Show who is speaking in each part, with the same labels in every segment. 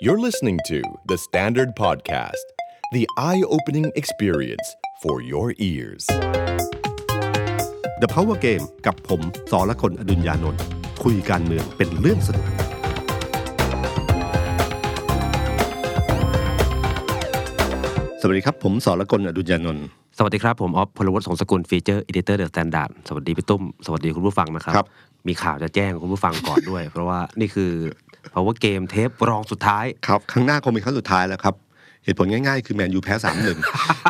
Speaker 1: You're listening to The Standard Podcast, the eye opening experience for your ears.
Speaker 2: The Power Game กับผมสอละคนอดุญญานนท์คุยการเมืองเป็นเรื่องสนุก สวัสดีครับ ผมสอละคนอดุญญานนท์
Speaker 3: สวัสดีครับ ผมออฟพลวัตสงสกุลฟีเจอร์อดิเตอร์เดอะสแตนดาร์ดสวัสดีพี่ตุ้ม สวัสดีคุณผู้ฟังนะครับ
Speaker 2: ครับ
Speaker 3: มีข่าวจะแจ้งคุณผู้ฟังก่อนด้วย เพราะว่านี่คือ power game เทปรองสุดท้าย
Speaker 2: ครับครั้งหน้าคงเป็นครั้งสุดท้ายแล้วครับ เหตุผลง่ายๆ คือแมนยูแพ้สามหนึ่ง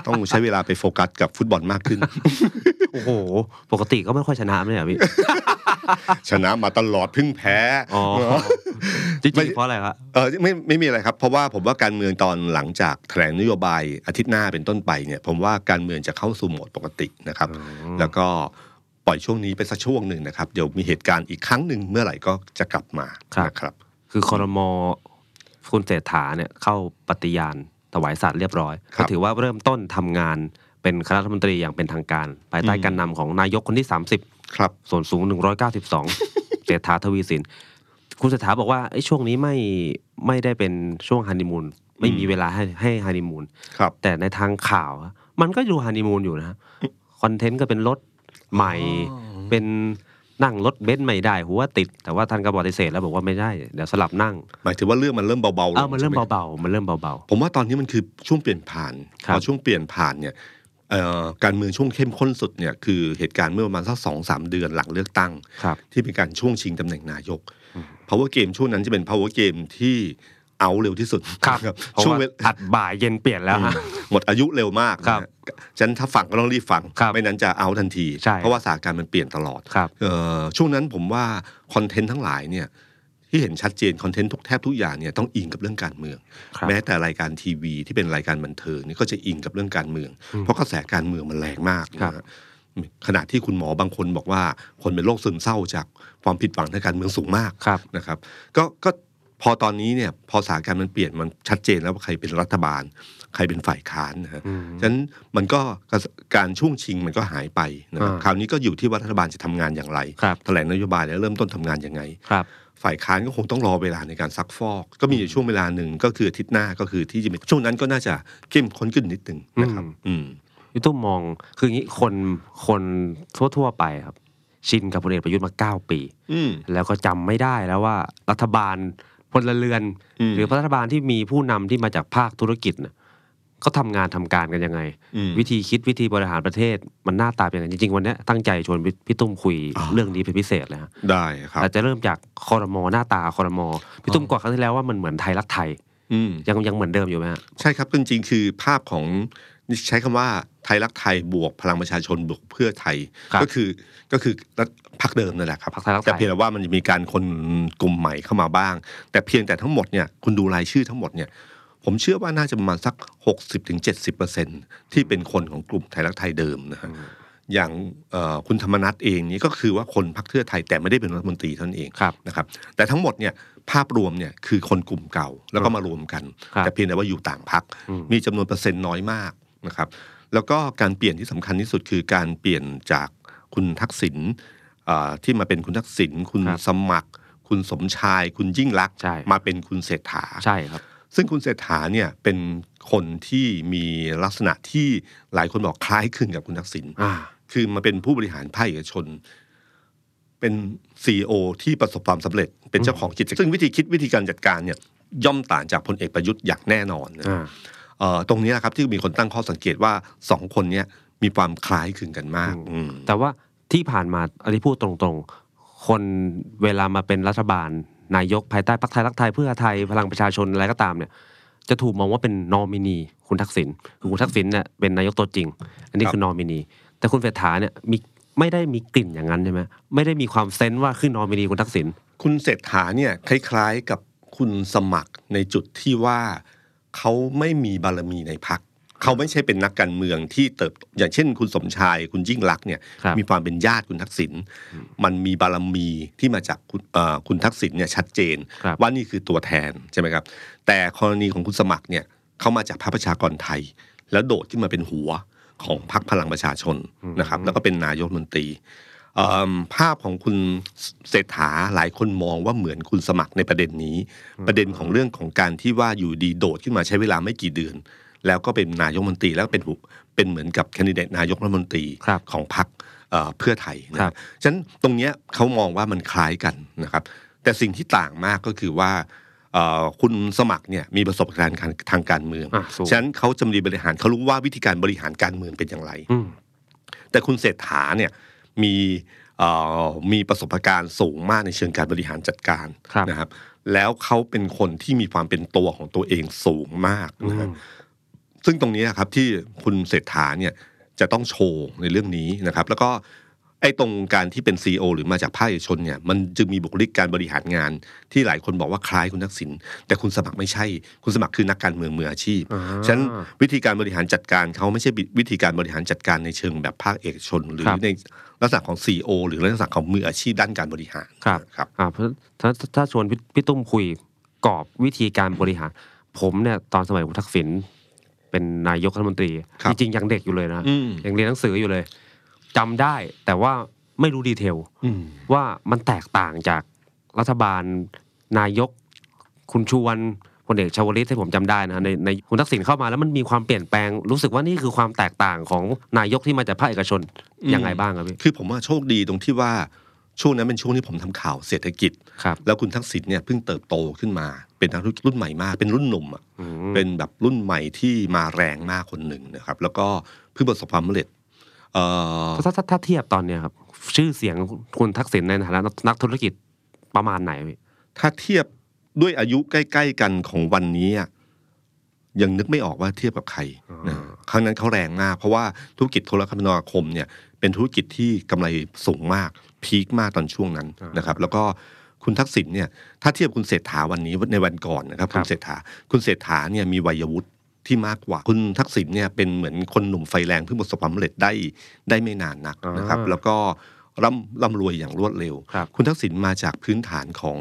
Speaker 2: ต้องใช้เวลาไปโฟกัสกับฟุตบอลมากขึ้น
Speaker 3: โอ้โห ปกติก็ไม่ค่อยชนะไม่ใช่เหรอพี่
Speaker 2: ชนะมาตลอดเพิ่งแพ้
Speaker 3: อ๋อ จ
Speaker 2: ไม่
Speaker 3: ริงๆเพราะอะไรครับ
Speaker 2: เออไม่ไม่มีอะไรครับ เพราะว่าผมว่าการเมืองตอนหลังจากแถลงนโยบายอาทิตย์หน้าเป็นต้นไปเนี่ย ผมว่าการเมืองจะเข้าสู่โหมดปกตินะครับ แล้วก็ปล่อยช่วงนี้ไปสักช่วงหนึ่งนะครับ เดี๋ยวมีเหตุการณ์อีกครั้งหนึ่งเมื่อไหร่ก็จะกลับมา
Speaker 3: ครับ
Speaker 2: นะครับ
Speaker 3: คือคอรมอคุณเศรษฐาเนี่ยเข้าปฏิญาณถวายสัตย์เรียบร้อย
Speaker 2: ครั
Speaker 3: ก็
Speaker 2: บ
Speaker 3: ถือว่าเริ่มต้นทำงานเป็นคณะรัฐมนตรีอย่างเป็นทางการ ภายใต้การนำของนายกคนที่ 30
Speaker 2: ครับ
Speaker 3: ส่วนสูง 192 เศรษฐาทวีสิน คุณเศรษฐาบอกว่าไอ้ยช่วงนี้ไม่ไม่ได้เป็นช่วงฮันนีมูนไม่มีเวลาให้ให้ฮันนีมูน
Speaker 2: ครับ
Speaker 3: แต่ในทางข่าวอะมันก็ดูฮันนีมูนอยู่นะฮะคอนเทนต์ก็เป็นรถใหม่ เป็นนั่งรถเบนซ์ไม่ได้หัวติด แต่ว่าท่านก็ปฏิเสธแล้วบอกว่าไม่ได้ เดี๋ยวสลับนั่ง
Speaker 2: หมายถึงว่าเรื่องมันเริ่มเบาๆลง
Speaker 3: เอามันเริ่ม
Speaker 2: ใช่ไห
Speaker 3: เบาๆมันเริ่มเบา
Speaker 2: ผมว่าตอนนี้มันคือช่วงเปลี่ยนผ่าน
Speaker 3: ครับ
Speaker 2: พอช่วงเปลี่ยนผ่านเนี่ยเอ่อการเมืองช่วงเข้มข้นสุดเนี่ยคือเหตุการณ์เมื่อประมาณสักสองสามเดือนหลังเลือกตั้ง
Speaker 3: ๆครับ
Speaker 2: ที่เป็นการช่วงชิงตำแหน่งนายก power game ช่วงนั้นจะเป็น power game ที่เอาเร็วที่สุด
Speaker 3: ครับ
Speaker 2: นะ
Speaker 3: เพราะ
Speaker 2: ช่วง
Speaker 3: ว่า
Speaker 2: เวลา
Speaker 3: อัดบ่ายเย็นเปลี่ยนแล้วฮะ
Speaker 2: หมดอายุเร็วมาก
Speaker 3: ครับ
Speaker 2: นะฉะนันถ้าฟังก็ต้องรีบฟัง
Speaker 3: ครับ
Speaker 2: ไม่นั้นจะเอาทันที
Speaker 3: ใช่
Speaker 2: เพราะว่าสถานการณ์มันเปลี่ยนตลอด
Speaker 3: ครับ
Speaker 2: เอ่อช่วงนั้นผมว่าคอนเทนต์ทั้งหลายเนี่ยที่เห็นชัดเจนคอนเทนต์ทุกแทบทุกอย่างเนี่ยต้องอิงกับเรื่องการเมือง
Speaker 3: ครับ
Speaker 2: แม้แต่รายการทีวีที่เป็นรายการบันเทิงนี่ก็จะอิงกับเรื่องการเมือง เพราะกระแสการเมืองมันแรงมาก
Speaker 3: ครับ
Speaker 2: นะฮะขณะที่คุณหมอบางคนบอกว่า คนเป็นโรคซึมเศร้าจากความผิดหวังทางการเมืองสูงมาก
Speaker 3: ครับ
Speaker 2: นะครับก็ก็พอตอนนี้เนี่ยพอสถานการณ์มันเปลี่ยนมันชัดเจนแล้วว่าใครเป็นรัฐบาล ใครเป็นฝ่ายค้านนะฮะ
Speaker 3: อืม
Speaker 2: ฉะนั้นมันก็กระแสการช่วงชิงมันก็หายไปนะครับ
Speaker 3: อ่า
Speaker 2: คราวนี้ก็อยู่ที่ว่ารัฐบาลจะทำงานอย่างไร
Speaker 3: ครับ
Speaker 2: แถลงนโยบายแล้วเริ่มต้นทำงานยังไง
Speaker 3: ครับ
Speaker 2: ฝ่ายค้านก็คงต้องรอเวลาในการซักฟอก ก็มีอยู่ช่วงเวลาหนึ่งก็คืออาทิตย์หน้าก็คือที่จะมีช่วงนั้นก็น่าจะเข้มข้นขึ้นนิดหนึ่งนะครับ อืม
Speaker 3: พี่ตุ้มมองคืออย่างนี้คนคนทั่วๆไปครับ ชินกับพลเอกประยุทธ์มา 9 ปี
Speaker 2: อืม
Speaker 3: แล้วก็จำไม่ได้แล้วว่ารัฐบาลพลเรือน
Speaker 2: อืม
Speaker 3: หรือรัฐบาลที่มีผู้นำที่มาจากภาคธุรกิจน่ะเขาทำงานทำการกันยังไง
Speaker 2: อืม
Speaker 3: วิธีคิดวิธีบริหารประเทศมันหน้าตาเป็นยังไงจริงๆ วันเนี้ยตั้งใจชวนพี่พี่ตุ้มคุย
Speaker 2: อ่า
Speaker 3: เรื่องนี้เป็นพิเศษเลยฮะ
Speaker 2: ได้ครับ
Speaker 3: แต่จะเริ่มจากคอรมอหน้าตาคอรมอพี่ตุ้มกว่าครั้งที่แล้วว่ามันเหมือนไทยรักไทย
Speaker 2: อืม
Speaker 3: ยังยังเหมือนเดิมอยู่ไหมฮะ
Speaker 2: ใช่ครับจริงๆคือภาพของใช้คำว่าไทยรักไทยบวกพลังประชาชนบวกเพื่อไทย
Speaker 3: ครับ
Speaker 2: ก็คือก็คือรัฐพรรคเดิมนั่นแหละครับ
Speaker 3: พรรคไทยรักไทย
Speaker 2: แต่เพียงแต่ว่ามันจะมีการคนกลุ่มใหม่เข้ามาบ้าง แต่เพียงแต่ทั้งหมดเนี่ยคุณดูรายชื่อทั้งหมดเนี่ยผมเชื่อว่าน่าจะประมาณสัก 60-70%ที่เป็นคนของกลุ่มไทยรักไทยเดิมนะฮะอย่างเอ่อคุณธรรมนัทเองนี่ก็คือว่าคนพรรคเพื่อไทยแต่ไม่ได้เป็นรัฐมนตรีเท่านั้นเอง
Speaker 3: ครับ
Speaker 2: นะครับแต่ทั้งหมดเนี่ยภาพรวมเนี่ยคือคนกลุ่มเก่าแล้วก็มารวมกัน
Speaker 3: ครับ
Speaker 2: แต่เพียงแต่ว่าอยู่ต่างพัก
Speaker 3: อืม
Speaker 2: มีจำนวนเปอร์เซ็นต์น้อยมากนะครับ แล้วก็การเปลี่ยนที่สำคัญที่สุดคือการเปลี่ยนจากคุณทักษิณเอ่อที่มาเป็นคุณทักษิณคุณ
Speaker 3: ครับ
Speaker 2: สมัคร คุณสมชาย คุณยิ่งรักษณ์
Speaker 3: ใช่
Speaker 2: มาเป็นคุณเศรษฐา
Speaker 3: ใช่ครับ
Speaker 2: ซึ่งคุณเศรษฐาเนี่ยเป็นคนที่มีลักษณะที่หลายคนบอกคล้ายคลึงกับคุณทักษิณ
Speaker 3: อ่า
Speaker 2: คือมาเป็นผู้บริหารภาคเอกชน เป็นซีอที่ประสบความสำเร็จ เป็นเจ้าของกิจการซึ่งวิธีคิดวิธีการจัดการเนี่ยย่อมต่างจากพลเอกประยุทธ์อย่างแน่นอนนะ
Speaker 3: อ่า
Speaker 2: เอ่อตรงนี้นะครับที่มีคนตั้งข้อสังเกตว่าสองคนเนี้ยมีความคล้ายคลึงกันมากอืม
Speaker 3: แต่ว่าที่ผ่านมาอันนี้พูดตรงๆ คนเวลามาเป็นรัฐบาล นายกภายใต้พรรคไทยรักไทยเพื่อไทยพลังประชาชนอะไรก็ตามเนี่ย จะถูกมองว่าเป็นนอมินี คุณทักษิณคือคุณทักษิณเนี่ยเป็นนายกตัวจริง อันนี้
Speaker 2: ครับ
Speaker 3: คือนอมินี แต่คุณเศรษฐาเนี่ยมีไม่ได้มีกลิ่นอย่างนั้นใช่ไหมไม่ได้มีความเซนส์ว่าคือนอมินีคุณทักษิณ
Speaker 2: คุณเศรษฐาเนี่ยคล้ายๆกับคุณสมัครในจุดที่ว่าเขาไม่มีบารมีในพัก เขาไม่ใช่เป็นนักการเมืองที่เติบโตอย่างเช่น คุณสมชายคุณยิ่งรักษณ์เนี่ย
Speaker 3: ครับ
Speaker 2: มีความเป็นญาติคุณทักษิณมันมีบารมีที่มาจากคุณเอ่อคุณทักษิณเนี่ยชัดเจน
Speaker 3: ครับ
Speaker 2: ว่านี่คือตัวแทนใช่ไหมครับแต่กรณีของคุณสมัครเนี่ยเขามาจากพรรคประชากรไทย แล้วโดดขึ้นมาเป็นหัวของพรรคพลังประชาชนนะครับแล้วก็เป็นนายกรัฐมนตรี เอิ่มภาพของคุณเศรษฐาหลายคนมองว่าเหมือนคุณสมัครในประเด็นนี้ ประเด็นของเรื่องของการที่ว่าอยู่ดีโดดขึ้นมาใช้เวลาไม่กี่เดือน แล้วก็เป็นนายกรัฐมนตรีแล้วก็เป็นหัวเป็นเหมือนกับแคนดิเดตนายกรัฐมนตรี
Speaker 3: ครับ
Speaker 2: ของพรรคเอ่อเพื่อไทยนะครับ ฉะนั้นตรงเนี้ยเขามองว่ามันคล้ายกันนะครับ แต่สิ่งที่ต่างมากก็คือว่าเอ่อคุณสมัครเนี่ยมีประสบการณ์การทางการเมือง
Speaker 3: อ่ะสูง
Speaker 2: ฉะนั้นเขาจะมีบริหารเขารู้ว่าวิธีการบริหารการเมืองเป็นอย่างไร
Speaker 3: อืม
Speaker 2: แต่คุณเศรษฐาเนี่ยมีเอ่อมีประสบการณ์สูงมากในเชิงการบริหารจัดการ
Speaker 3: ครับ
Speaker 2: นะครับ แล้วเขาเป็นคนที่มีความเป็นตัวของตัวเองสูงมาก
Speaker 3: อื
Speaker 2: นะครั
Speaker 3: ม
Speaker 2: บ ซึ่งตรงนี้นะครับที่คุณเศรษฐาเนี่ยจะต้องโชว์ในเรื่องนี้นะครับ แล้วก็ไอ้ตรงการที่เป็น CEO หรือมาจากภาคเอกชนเนี่ยมันจึงมีบุคลิกการบริหารงาน ที่หลายคนบอกว่าคล้ายคุณทักษิณแต่คุณสมัครไม่ใช่ คุณสมัครคือนักการเมืองมืออาชีพ
Speaker 3: อ่า
Speaker 2: ฉะนั้นวิธีการบริหารจัดการเขาไม่ใช่วิธีการบริหารจัดการในเชิงแบบภาคเอกชน หรือ
Speaker 3: ครับ
Speaker 2: ในลักษณะของ CEO หรือลักษณะของมืออาชีพด้านการบริหาร
Speaker 3: ครับ
Speaker 2: ครับ
Speaker 3: อ่าเพราะถ้าถ้าถ้าชวนพี่พี่ตุ้มคุยกรอบวิธีการบริหาร ผมเนี่ยตอนสมัยคุณทักษิณเป็นนายกรัฐมนตรี
Speaker 2: ครับ
Speaker 3: จริงๆยังเด็กอยู่เลยนะ
Speaker 2: อืม
Speaker 3: ยังเรียนหนังสืออยู่เลยจำได้แต่ว่าไม่รู้ดีเทล
Speaker 2: อืม
Speaker 3: ว่ามันแตกต่างจากรัฐบาลนายก คุณชวนพลเอกชวลิตที่ผมจำได้นะในในคุณทักษิณเข้ามาแล้วมันมีความเปลี่ยนแปลงรู้สึกว่านี่คือความแตกต่างของนายกที่มาจากภาคเอกชน
Speaker 2: อืม
Speaker 3: ยังไงบ้างครับพี่
Speaker 2: คือผมว่าโชคดีตรงที่ว่าช่วงนั้นเป็นช่วงที่ผมทำข่าวเศรษฐกิจ
Speaker 3: ครับ
Speaker 2: แล้วคุณทักษิณเนี่ยเพิ่งเติบโตขึ้นมา เป็นนักธุรกิจรุ่นใหม่มาก เป็นรุ่นหนุ่มอะเป็นแบบรุ่นใหม่ที่มาแรงมากคนหนึ่งนะครับ แล้วก็เพิ่งประสบความสำเร็จเอ่อ
Speaker 3: ถ้าถ้าถ้าเทียบตอนเนี้ยครับ ชื่อเสียงคุณทักษิณในฐานะนักธุรกิจประมาณไหนพี่
Speaker 2: ถ้าเทียบด้วยอายุใกล้ ๆ กันของวันนี้อะยังนึกไม่ออกว่าเทียบกับใครนะครั้งนั้นเขาแรงมาก เพราะว่าธุรกิจโทรคมนาคมเนี่ย เป็นธุรกิจที่กำไรสูงมาก พีคมากตอนช่วงนั้นนะครับ แล้วก็คุณทักษิณเนี่ย ถ้าเทียบคุณเศรษฐาวันนี้ในวันก่อนนะครับ
Speaker 3: ครับ
Speaker 2: คุณเศรษฐา คุณเศรษฐาเนี่ยมีวัยวุฒิที่มากกว่า คุณทักษิณเนี่ยเป็นเหมือนคนหนุ่มไฟแรงเพิ่งประสบความสำเร็จได้ได้ไม่นานนักนะครับ
Speaker 3: อ่า
Speaker 2: แล้วก็ร่ำร่ำรวยอย่างรวดเร็ว
Speaker 3: ครับ
Speaker 2: คุณทักษิณมาจากพื้นฐานของ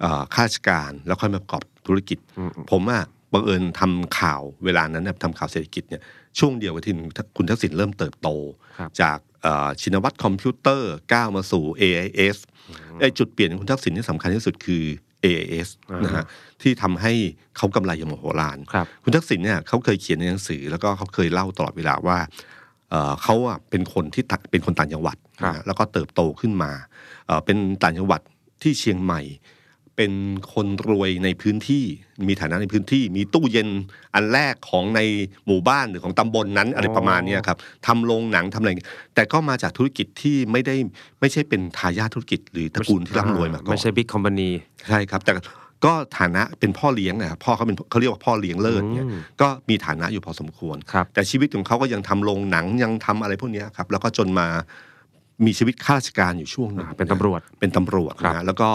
Speaker 2: เอ่อข้าราชการ แล้วค่อยมาประกอบธุรกิจ ผมอะบังเอิญทำข่าวเวลานั้นน่ะทำข่าวเศรษฐกิจเนี่ยช่วงเดียวกับที่คุณทักษิณเริ่มเติบโต
Speaker 3: ครับ
Speaker 2: จากเอ่อชินวัตรคอมพิวเตอร์ก้าวมาสู่ AIS ไอ้จุดเปลี่ยนของคุณทักษิณที่สำคัญที่สุดคือ AIS นะฮะที่ทำให้เขากำไรอย่างมโหฬาร
Speaker 3: ครับ
Speaker 2: คุณทักษิณเนี่ยเขาเคยเขียนในหนังสือ แล้วก็เขาเคยเล่าตลอดเวลาว่าเอ่อเขาอะเป็นคนที่ต่างเป็นคนต่างจังหวัด
Speaker 3: ครับ
Speaker 2: นะฮะแล้วก็เติบโตขึ้นมาเอ่อเป็นต่างจังหวัดที่เชียงใหม่ เป็นคนรวยในพื้นที่มีฐานะในพื้นที่ มีตู้เย็นอันแรกของในหมู่บ้านหรือของตำบลนั้นอะไรประมาณเนี้ยครับทำโรงหนังทำอะไรแต่ก็มาจากธุรกิจที่ไม่ได้ไม่ใช่เป็นทายาทธุรกิจ หรือตระกูลที่ร่ำรวยมาก่อน
Speaker 3: ไม่ใช่บิ๊กคอมพานี
Speaker 2: ใช่ครับ แต่ก็ฐานะเป็นพ่อเลี้ยงนะครับพ่อเขาเป็นเขาเรียกว่าพ่อเลี้ยงเลิศเนี่ย
Speaker 3: อืม
Speaker 2: ก็มีฐานะอยู่พอสมควร
Speaker 3: ครับ
Speaker 2: แต่ชีวิตของเขาก็ยังทำโรงหนังยังทำอะไรพวกเนี้ยครับ แล้วก็จนมามีชีวิตข้าราชการอยู่ช่วงหนึง
Speaker 3: อ่าเป็นตำรวจ
Speaker 2: เป็นตำรวจ
Speaker 3: ครับ
Speaker 2: นะแล้วก็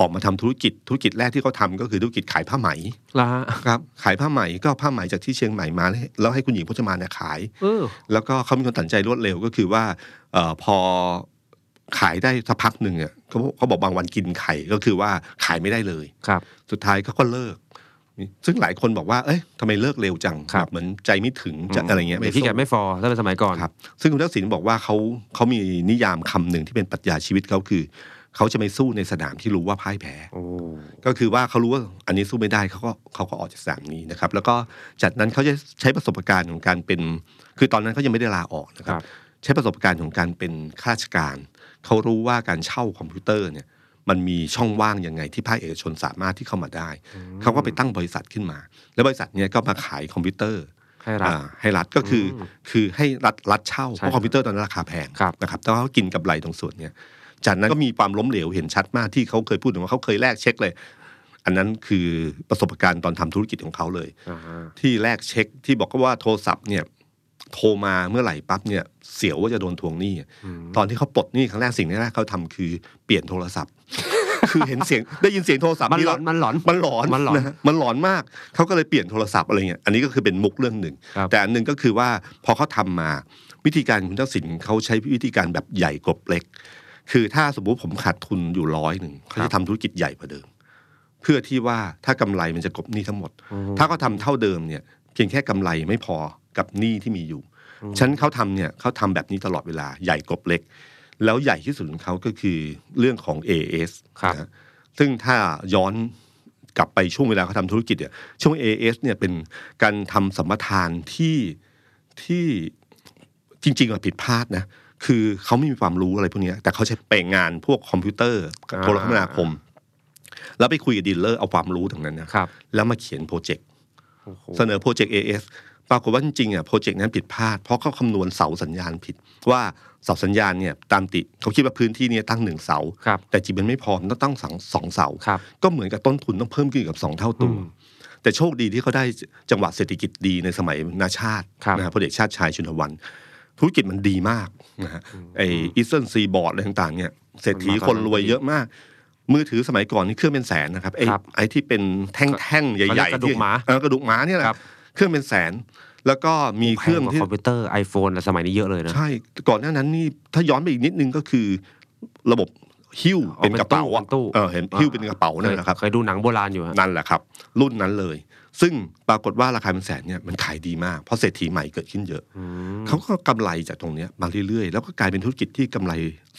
Speaker 2: ออกมาทำธุรกิจธุรกิจแรกที่เขาทำก็คือธุรกิจขายผ้าไหม
Speaker 3: ละฮะ
Speaker 2: ครับขายผ้าไหมก็เอาผ้าไหมจากที่เชียงใหม่มาแล้วแล้วให้คุณหญิงพจมานเนี่ยขาย
Speaker 3: เออ
Speaker 2: แล้วก็เขามีคนตัดสินใจรวดเร็วก็คือว่าเออพอขายได้สักพักหนึ่งอ่ะเขาบอกเขาบอกบางวันกินไข่ก็คือว่าขายไม่ได้เลย
Speaker 3: ครับ
Speaker 2: สุดท้ายเขาก็เลิก ซึ่งหลายคนบอกว่า เอ้ยทำไมเลิกเร็วจัง
Speaker 3: ครับ
Speaker 2: แบบเหมือนใจไม่ถึงจะอะไรเงี้ย
Speaker 3: เดี๋ยวพี่แก
Speaker 2: สู้
Speaker 3: ไม่ฟอถ้าเป็นสมัยก่อน
Speaker 2: ครับ ซึ่งคุณทักษิณบอกว่าเขาเขามีนิยามคำหนึ่งที่เป็นปรัชญาชีวิตเขาคือ เขาจะไม่สู้ในสนามที่รู้ว่าพ่ายแพ้
Speaker 3: โอ้
Speaker 2: ก็คือว่าเขารู้ว่าอันนี้สู้ไม่ได้เขาก็เขาก็ออกจากสนามนี้นะครับ แล้วก็จากนั้นเขาจะใช้ประสบการณ์ของการเป็น คือตอนนั้นเขายังไม่ได้ลาออกนะครั
Speaker 3: ครับ บ
Speaker 2: ใช้ประสบการณ์ของการเป็นข้าราชการเขารู้ว่าการเช่าคอมพิวเตอร์เนี่ย มันมีช่องว่างยังไงที่ภาคเอกชนสามารถที่เข้ามาได้ เขาก็ไปตั้งบริษัทขึ้นมา แล้วบริษัทเนี้ยก็มาขายคอมพิวเตอร์
Speaker 3: ให้รัก
Speaker 2: อ่าให้รัฐก็คืออคือให้รัฐรัฐเช่า
Speaker 3: ใช่
Speaker 2: เพราะคอมพิวเตอร์ตอนนั้นราคาแพง
Speaker 3: ครับ
Speaker 2: นะครับแต่ว่าเขากินกับไรตรงส่วนเนี้ยจากนั้นก็มีความล้มเหลวเห็นชัดมากที่เขาเคยพูดถึงว่าเขาเคยแลกเช็คเลย อันนั้นคือประสบการณ์ตอนทำธุรกิจของเขาเลย
Speaker 3: าฮะ
Speaker 2: ที่แลกเช็คที่บอกว่าโทรศัพท์เนี่ยโทรมาเมื่อไหร่ปั๊บเนี่ยเสียวว่าจะโดนทวงหนี้อะตอนที่เขาปลดหนี้ครั้งแรกสิ่งแรกเขาทำคือเปลี่ยนโทรศัพท์ คือเห็นเสียงได้ยินเสียงโทรศัพท์
Speaker 3: มันหลอนมันหลอน
Speaker 2: มันหลอน
Speaker 3: มันหลอน
Speaker 2: ฮมันหลอนมาก เขาก็เลยเปลี่ยนโทรศัพท์อะไรเงี้ย อันนี้ก็คือเป็นมุกเรื่องหนึ่ง
Speaker 3: ครับ
Speaker 2: แต่อันหนึ่งก็คือว่าพอเขาทำมาวิธีการคุณทักษิณเขาใช้วิธีการแบบใหญ่กลบเล็ก คือถ้าสมมุติผมขาดทุนอยู่ร้อยหนึ่งเขาจะทำธุรกิจใหญ่กว่าเดิม เพื่อที่ว่าถ้ากำไรมันจะกลบหนี้ทั้งหมด ถ้าเขาทำเท่าเดิมเนี่ยเพียงแค่กำไรไม่พอกับหนี้ที่มีอยู่ ฉะนันเขาทำเนี่ยเขาทำแบบนี้ตลอดเวลาใหญ่กลบเล็ก แล้วใหญ่ที่สุดของเขาก็คือเรื่องของ AS
Speaker 3: ครับ
Speaker 2: นะซึ่งถ้าย้อนกลับไปช่วงเวลาเขาทำธุรกิจเนี่ยช่วง AS เนี่ยเป็นการทำสัมปทานที่ที่จริงๆอะผิดพลาดนะ คือเขาไม่มีความรู้อะไรพวกเนี้ยแต่เขาใช้ไปงานพวกคอมพิวเตอร์โทรคมนาคม แล้วไปคุยกับดีลเลอร์เอาความรู้ตรงนั้นนะครับ แล้วมาเขียนโปรเจกต์
Speaker 3: โอ้โห
Speaker 2: เสนอโปรเจกต์ AS ปรากฏว่าจริงๆอ่ะโปรเจกต์นั้นผิดพลาด เพราะเขาคำนวณเสาสัญญาณผิด ว่าเสาสัญญาณเนี่ยตามติเขาคิดว่าพื้นที่เนี้ตั้งหนึ่งเสา
Speaker 3: ครับ
Speaker 2: แต่จริงมันไม่พอมันต้องตั้งสองสองเสา
Speaker 3: ครับ
Speaker 2: ก็เหมือนกับต้นทุนต้องเพิ่มขึ้นกับ 2 เท่าตัว แต่โชคดีที่เขาได้จังหวะเศรษฐกิจดีในสมัยนาชาติ
Speaker 3: ครับ
Speaker 2: นะฮะพลเอกชาติชายชุนทวัน ธุรกิจมันดีมากนะฮะไออีสเทิร์นซีบอร์ดอะไรต่างๆเนี่ยเศรษฐี
Speaker 3: มันมาต
Speaker 2: ค
Speaker 3: อน
Speaker 2: น
Speaker 3: นั้น
Speaker 2: รวยเยอะมาก มือถือสมัยก่อนนี่เครื่องเป็นแสนนะครับไอ
Speaker 3: ครับ
Speaker 2: ไอที่เป็นแท่งๆ ใหญ่ๆ
Speaker 3: เขาเรียกกระดูกหมา
Speaker 2: ที่เออกระดูกหมาเนี่ยแหละ
Speaker 3: ครับ
Speaker 2: เครื่องเป็นแสน แล้วก็มีเครื่อง
Speaker 3: แพกว่า
Speaker 2: ที่
Speaker 3: คอมพิวเตอร์ iPhone และสมัยนี้เยอะเลยนะ
Speaker 2: ใช่ ก่อนหน้านั้นนี่ถ้าย้อนไปอีกนิดนึงก็คือระบบหิ้ว
Speaker 3: อ๋อ
Speaker 2: เป็นกระเป๋า
Speaker 3: เป็นตู้เป็นตู้
Speaker 2: เออเห็นหิ้วเป็นกระเป๋านั่นแหละครับ
Speaker 3: เคยดูหนังโบราณอยู่ฮะ
Speaker 2: นั่นแหละครับ รุ่นนั้นเลย ซึ่งปรากฏว่าราคาเป็นแสนเนี่ยมันขายดีมาก เพราะเศรษฐีใหม่เกิดขึ้นเยอะ เขาก็กำไรจากตรงเนี้ยมาเรื่อยๆ แล้วก็กลายเป็นธุรกิจที่กำไร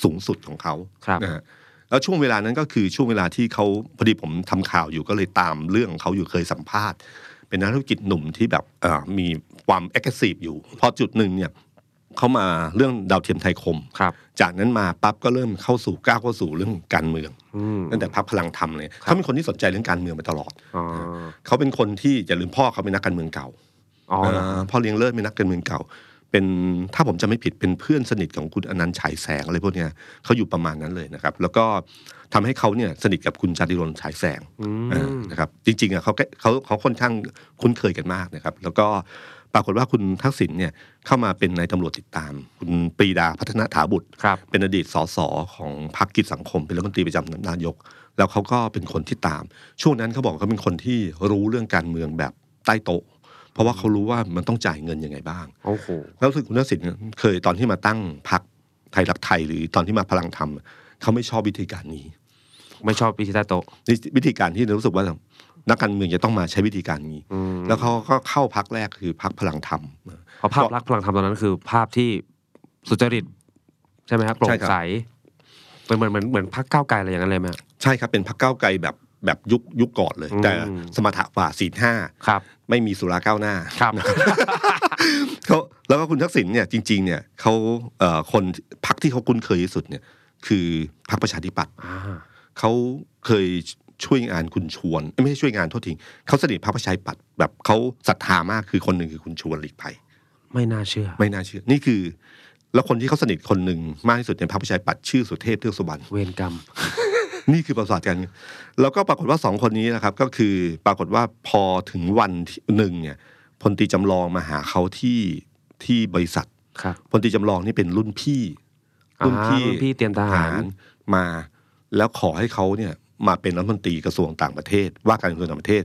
Speaker 2: สูงสุดของเขา
Speaker 3: ครับ
Speaker 2: นะฮะแล้วช่วงเวลานั้นก็คือช่วงเวลาที่เขาพอดีผมทำข่าวอยู่ก็เลยตามเรื่องของเขาอยู่เคยสัมภาษณ์ เป็นนักธุรกิจหนุ่มที่แบบเอ่อมีความแอคทีฟอยู่ พอจุดหนึ่งเนี่ยเขามาเรื่องดาวเทียมไทยคม
Speaker 3: ครับ
Speaker 2: จากนั้นมาปั๊บก็เริ่มเข้าสู่ก้าวเข้าสู่เรื่องการเมือง
Speaker 3: อืม
Speaker 2: ตั้งแต่พักพลังธรรมเลยเขาเป็นคนที่สนใจเรื่องการเมืองมาตลอด
Speaker 3: อ๋อ
Speaker 2: เขาเป็นคนที่อย่าลืมพ่อเขาเป็นนักการเมืองเก่า
Speaker 3: อ๋อเหรอ
Speaker 2: เอ่อพ่อเลี้ยงเลิศเป็นนักการเมืองเก่า เป็นถ้าผมจะไม่ผิดเป็นเพื่อนสนิทของคุณอนันต์ฉายแสงอะไรพวกเนี้ยเขาอยู่ประมาณนั้นเลยนะครับ แล้วก็ทำให้เขาเนี่ยสนิทกับคุณจาริรนฉายแสง
Speaker 3: อืม
Speaker 2: เออนะครับ จริงๆอ่ะเขาก็เขาเขาค่อนข้างคุ้นเคยกันมากนะครับ แล้วก็ปรากฏว่าคุณทักษิณเนี่ยเข้ามาเป็นนายตำรวจติดตาม คุณปรีดาพัฒนาถาบุตร
Speaker 3: ครับ
Speaker 2: เป็นอดีตสสของพรรคกิจสังคม เป็นรัฐมนตรีประจำสำนักนายก แล้วเขาก็เป็นคนที่ตาม ช่วงนั้นเขาบอกเขาเป็นคนที่รู้เรื่องการเมืองแบบใต้โต๊ะ เพราะว่าเขารู้ว่ามันต้องจ่ายเงินยังไงบ้าง
Speaker 3: โอ้โห
Speaker 2: แล้วรู้สึกคุณทักษิณเคยตอนที่มาตั้งพรรคไทยรักไทยหรือตอนที่มาพลังธรรมเขาไม่ชอบวิธีการนี้
Speaker 3: ไม่ชอบปีชิตาโตะ
Speaker 2: นี่วิธีการที่รู้สึกว่านักการเมืองจะต้องมาใช้วิธีการนี้
Speaker 3: อืม
Speaker 2: แล้วเขาก็เข้าพรรคแรกคือพรรคพลังธรรม
Speaker 3: เพราะภาพลักษณ์พลังธรรมตอนนั้นคือ ภาพที่สุจริต ใช่ไหมครับโปร่
Speaker 2: ใช่
Speaker 3: ง
Speaker 2: ครับ
Speaker 3: ใสเป็นเหมือนเหมือนเหมือนพักก้าวไกลอะไรอย่างนั้นเลยไหมฮะ
Speaker 2: ใช่ครับเป็นพรรคก้าวไกลแบบแบบยุคยุคก่อนเลย
Speaker 3: อืม
Speaker 2: แต่สมถะฝ่าศีลห้า
Speaker 3: ครับ
Speaker 2: ไม่มีสุราก้าวหน้า
Speaker 3: ครับ
Speaker 2: เขาแล้วก็คุณทักษิณเนี่ยจริงๆเนี่ยเขาเอ่อคนพักที่เขาคุ้นเคยที่สุดเนี่ยคือพักประชาธิปัตย์
Speaker 3: อ่า
Speaker 2: เขาเคยช่วยงานคุณชวนเอ้ยไม่ใช่ช่วยงานโทษทีเขาสนิทพักประชาธิปัตย์แบบเขาศรัทธามากคือคนหนึ่งคือคุณชวนหลีกภัย
Speaker 3: ไม่น่าเชื่อ
Speaker 2: ไม่น่าเชื่อ นี่คือ แล้วคนที่เขาสนิทคนหนึ่งมากที่สุดในพักประชาธิปัตย์ชื่อสุเทพเทือกสุบรรณ
Speaker 3: เวรกรรม
Speaker 2: นี่คือประสาทกัน แล้วก็ปรากฏว่าสองคนนี้นะครับก็คือปรากฏว่าพอถึงวันที่หนึ่งเนี่ยพลตรีจำลองมาหาเขาที่ที่บริษัท
Speaker 3: ครับ
Speaker 2: พลตรีจำลองนี่เป็นรุ่นพี่
Speaker 3: อ่ารุ่นพี่เตรียมทหาร
Speaker 2: มา แล้วขอให้เขาเนี่ยมาเป็นรัฐมนตรีกระทรวงต่างประเทศ ว่าการกระทรวงต่างประเทศ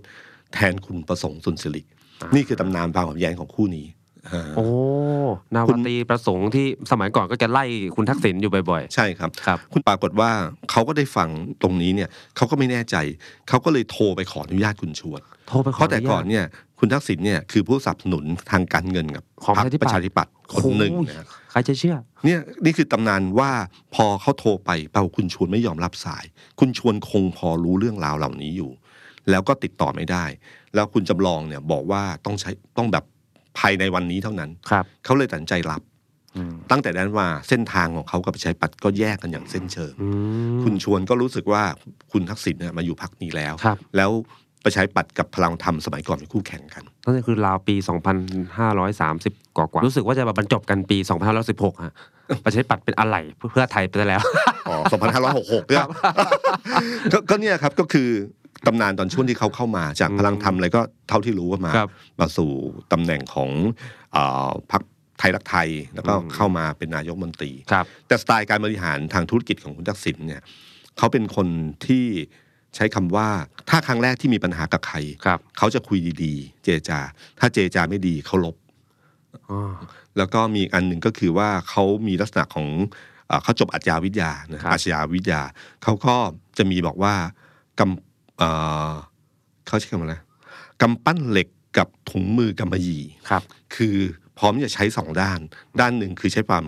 Speaker 2: แทนคุณประสงค์สุนทรินี่คือตำนานความขัดแย้งของคู่นี้อ่า
Speaker 3: โอ้ นาวาตรีประสงค์ที่สมัยก่อนก็จะไล่คุณทักษิณอยู่บ่อย
Speaker 2: ใช่ครับ
Speaker 3: ครับ
Speaker 2: คุณปรากฏว่าเขาก็ได้ฟังตรงนี้เนี่ยเขาก็ไม่แน่ใจ เขาก็เลยโทรไปขออนุญาตคุณชวน
Speaker 3: โทรไปข
Speaker 2: เพ
Speaker 3: ออนุญาต
Speaker 2: ราะแต่ก่อนเนี่ยคุณทักษิณเนี่ยคือผู้สนับสนุนทางการเงินกับ
Speaker 3: ของ
Speaker 2: พรร
Speaker 3: ประชาธิ
Speaker 2: ค
Speaker 3: ปั
Speaker 2: ป
Speaker 3: ตย์
Speaker 2: ระชาธิปัตย์
Speaker 3: ๆ
Speaker 2: คนหนึ่ง
Speaker 3: โอ้ย
Speaker 2: นะครับ
Speaker 3: ใครจะเชื่อ
Speaker 2: เนี่ยนี่คือตำนานว่าพอเขาโทรไปเปล่าคุณชวนไม่ยอมรับสาย คุณชวนคงพอรู้เรื่องราวเหล่านี้อยู่ แล้วก็ติดต่อไม่ได้ แล้วคุณจำลองเนี่ยบอกว่าต้องใช้ต้องแบบภายในวันนี้เท่านั้น
Speaker 3: ครับ
Speaker 2: เขาเลยตัดสินใจรับ
Speaker 3: อืม
Speaker 2: ตั้งแต่นั้นมาเส้นทางของเขากับประชาธิปัตย์ก็แยกกันอย่างเส้นเชิง
Speaker 3: อืม
Speaker 2: คุณชวนก็รู้สึกว่าคุณทักษิณเนี่ยมาอยู่พักนี้แล้ว
Speaker 3: ครับ
Speaker 2: แล้วประชาธิปัตย์กับพลังธรรมสมัยก่อนเป็นคู่แข่งกัน
Speaker 3: นั่นก็คือราวปี 2,530 กว่ากว่ารู้สึกว่าจะมาบรรจบกันปี 2,516ฮะ ประชาธิปัตย์เป็นอะไรเพื่อไทยไปแล้ว
Speaker 2: อ๋อ 2566เนี่ยก็ก็เนี่ยครับก็คือตำนานตอนช่วงที่เขาเข้ามาจากพลังธรรมอะไรก็เท่าที่รู้ว่ามา
Speaker 3: ครับ
Speaker 2: มาสู่ตำแหน่งของอ่าพรรคไทยรักไทยแล้วก็เข้ามาเป็นนายกมนตรี
Speaker 3: ครับ
Speaker 2: แต่สไตล์การบริหารทางธุรกิจของคุณทักษิณเนี่ยเขาเป็นคนที่ใช้คำว่าถ้าครั้งแรกที่มีปัญหากับใคร
Speaker 3: ครับ
Speaker 2: เขาจะคุยดีๆ เจรจา ถ้าเจรจาไม่ดีเขาลบ
Speaker 3: อ๋อ
Speaker 2: แล้วก็มีอีกอันหนึ่งก็คือว่าเขามีลักษณะของเอ่อเขาจบอาชญาวิทยานะครับ อาชญาวิทยา เขาก็จะมีบอกว่ากำเอ่อเขาใช้คำว่าอะไรกำปั้นเหล็กกับถุงมือกำมะหยี่
Speaker 3: ครับ
Speaker 2: คือพร้อมที่จะใช้สองด้าน ด้านหนึ่งคือใช้ความ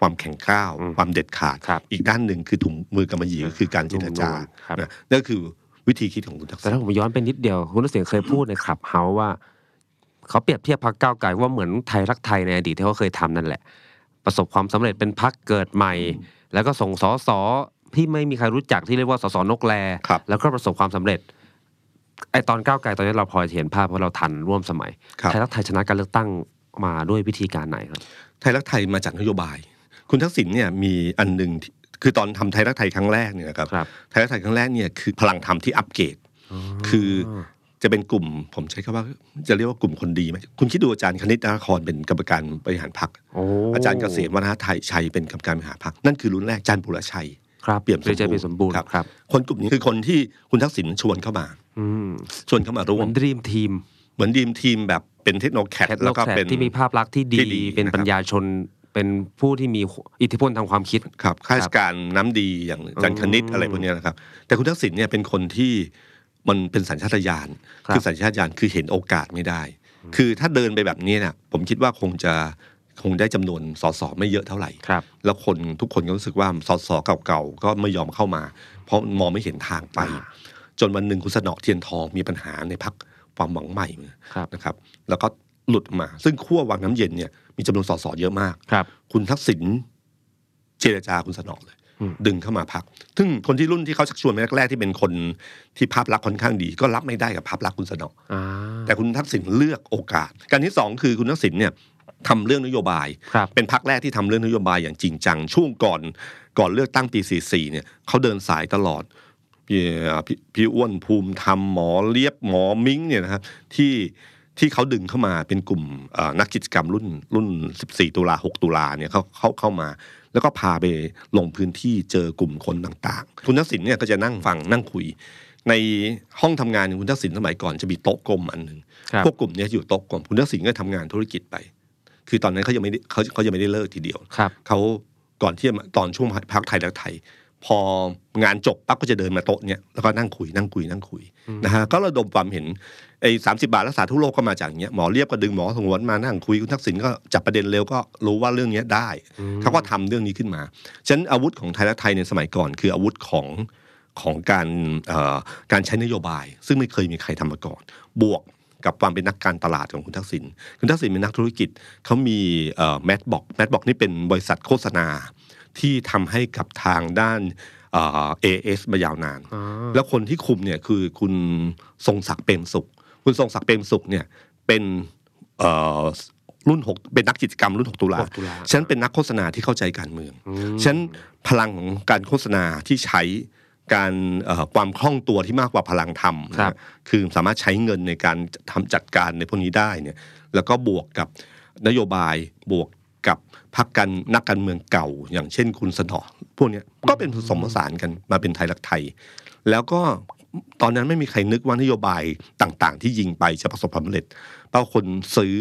Speaker 2: ความแข็งกร้าว
Speaker 3: อืม
Speaker 2: ความเด็ดขาด
Speaker 3: ครับ
Speaker 2: อีกด้านหนึ่งคือถุงมือกำมะหยี่ก็คือการเจรจา
Speaker 3: ถุงมือครับ
Speaker 2: นะนั่นคือวิธีคิดของคุณทักษิ
Speaker 3: แต่
Speaker 2: ณ
Speaker 3: ถ้าผมย้อนไปนิดเดียวคุณทักษิณเคยพูดในขับเฮาว่า เขาเปรียบเทียบพักก้าวไกลว่าเหมือนไทยรักไทยในอดีตที่เขาเคยทำนั่นแหละ ประสบความสำเร็จเป็นพักเกิดใหม่ แล้วก็ส่งสอสอที่ไม่มีใครรู้จักที่เรียกว่าสสนกแล
Speaker 2: ครับ
Speaker 3: แล้วก็ประสบความสำเร็จไอตอนก้าวไกลตอนนี้เราพอจะเห็นภาพเพราะเราทันร่วมสมัย
Speaker 2: ครับ
Speaker 3: ไทยรักไทยชนะการเลือกตั้งมาด้วยวิธีการไหนครับ
Speaker 2: ไทยรักไทยมาจากนโยบาย คุณทักษิณเนี่ยมีอันหนึ่งที่คือตอนทำไทยรักไทยครั้งแรกเนี่ยนะครับ
Speaker 3: ครับ
Speaker 2: ไทยรักไทยครั้งแรกเนี่ยคือพลังธรรมที่อัปเกรด คือจะเป็นกลุ่มผมใช้คำว่าจะเรียกว่ากลุ่มคนดีไหมคุณคิดดูอาจารย์คณิตนาครเป็นกรรมการบริหารพรรค
Speaker 3: โอ้
Speaker 2: อาจารย์เกษมวนาไทยชัยเป็นกรรมการบริหารพรรคนั่นคือรุ่นแรกอาจารย์ปุระชัย
Speaker 3: ครับ
Speaker 2: เปี่ยมสมบูรณ์
Speaker 3: ใจเปี่ยมสมบูรณ์
Speaker 2: ครับ
Speaker 3: ครับ
Speaker 2: คนกลุ่มนี้คือคนที่คุณทักษิณชวนเข้ามา
Speaker 3: อืม
Speaker 2: ชวนเข้ามาร่ว
Speaker 3: เป็
Speaker 2: ม
Speaker 3: นดีมทีม
Speaker 2: เหมือนดีมทีมแบบเป็นเทคโนแครด
Speaker 3: แคทโล
Speaker 2: แล้ว
Speaker 3: ก
Speaker 2: ก็
Speaker 3: แค
Speaker 2: เป็
Speaker 3: ท
Speaker 2: น
Speaker 3: ที่มีภาพลักษณ์ที่ดี
Speaker 2: ที่ดี
Speaker 3: เป็น
Speaker 2: นะครับ
Speaker 3: ปัญญาชนเป็นผู้ที่มีอิทธิพลทางความคิด
Speaker 2: ครับข้าราชการน้ำดีอย่างอาจันคณิตอะไรพวกเนี้ยนะครับ แต่คุณทักษิณเนี่ยเป็นคนที่มันเป็นสัญชาตญาณ
Speaker 3: ครับ
Speaker 2: คือสัญชาตญาณคือเห็นโอกาสไม่ได้ คือถ้าเดินไปแบบนี้เนี่ยผมคิดว่าคงจะคงได้จำนวนสสไม่เยอะเท่าไหร่
Speaker 3: ครับ
Speaker 2: แล้วคนทุกคนก็รู้สึกว่าสสเก่าๆก็ไม่ยอมเข้ามา เพราะมองไม่เห็นทางไป จนวันหนึ่งคุณสนอเทียนทองมีปัญหาในพักความหวังใหม่
Speaker 3: ครับ
Speaker 2: นะครับ แล้วก็หลุดออกมา ซึ่งขั้ววังน้ำเย็นเนี่ยมีจำนวนสสเยอะมาก
Speaker 3: ครับ
Speaker 2: คุณทักษิณเจรจาคุณสนอเลย
Speaker 3: อืม
Speaker 2: ดึงเข้ามาพัก ซึ่งคนที่รุ่นที่เขาชักชวนมาแรกๆที่เป็นคนที่ภาพลักษณ์ค่อนข้างดี ก็รับไม่ได้กับภาพลักษณ์คุณสนอ
Speaker 3: อ่า
Speaker 2: แต่คุณทักษิณเลือกโอกาส การที่สองคือคุณทักษิณเนี่ยทำเรื่องนโยบาย
Speaker 3: ครับ
Speaker 2: เป็นพักแรกที่ทำเรื่องนโยบายอย่างจริงจัง ช่วงก่อนก่อนเลือกตั้งปี 44 เนี่ยเขาเดินสายตลอดพี่พี่พี่อ้วนภูมิธรรมหมอเลียบหมอมิ้งเนี่ยนะครับที่ที่เขาดึงเข้ามาเป็นกลุ่มเอ่อนักกิจกรรมรุ่นรุ่น 14 ตุลา 6 ตุลาเนี่ยเขาเขาเข้ามา แล้วก็พาไปลงพื้นที่เจอกลุ่มคนต่างๆ คุณทักษิณเนี่ยก็จะนั่งฟังนั่งคุย ในห้องทำงานของคุณทักษิณสมัยก่อนจะมีโต๊ะกลมอันหนึ่ง
Speaker 3: ครับ
Speaker 2: พวกกลุ่มเนี้ยอยู่โต๊ะกลมคุณทักษิณก็ทำงานธุรกิจไป คือตอนนั้นเขายังไม่ได้เขาเขายังไม่ได้เลิกทีเดียว
Speaker 3: ครับ
Speaker 2: เขาก่อนที่จะมาตอนช่วงพักไทยรักไทย พองานจบปั๊บก็จะเดินมาโต๊ะเนี่ยแล้วก็นั่งคุยนั่งคุยนั่งคุยนะฮะก็ระดมความเห็นไอ้สาบาทรักษาทุกโรคก็มาจากอย่างเงี้ยหมอเรียบก็ดึงหมอสงวนมานั่งคุยคุณทักษิณก็จับประเด็นเร็วก็รู้ว่าเรื่องเนี้ยได้ เขาก็ทำเรื่องนี้ขึ้นมาฉะนั้นอาวุธของไทยรักไทยในสมัยก่อน คืออาวุธของของการเอ่อการใช้นโยบาย ซึ่งไม่เคยมีใครทำมาก่อน บวกกับความเป็นนักการตลาดของคุณทักษิณคุณทักษิณเป็นนักธุรกิจเขามีแมทบอกแมทบอกนี่เป็นบริษัทโฆษณาที่ทำให้กับทางด้านเอ่อ AS มายาวนาน แล้วคนที่คุมเนี่ยคือคุณทรงศักดิ์เปรมสุข คุณทรงศักดิ์เปรมสุขเนี่ยเป็นเอ่อรุ่นหกเป็นนักกิจกรรมรุ่นหกตุลา
Speaker 3: หกตุลา
Speaker 2: ฉะนันเป็นนักโฆษณาที่เข้าใจการเมือง ฉะนันพลังของการโฆษณาที่ใช้การเอ่อความคล่องตัวที่มากกว่าพลังธรรมนะครับ คือสามารถใช้เงินในการทำจัดการในพวกนี้ได้เนี่ยแล้วก็บวกกับนโยบายบวกกับพรรคการนักการเมืองเก่า อย่างเช่นคุณสนอพวกเนี้ยก็เป็นผสมผสานกันมาเป็นไทยรักไทย แล้วก็ตอนนั้นไม่มีใครนึกว่านโยบายต่างๆ ที่ยิงไปจะประสบความสำเร็จเพราะคนซื้อ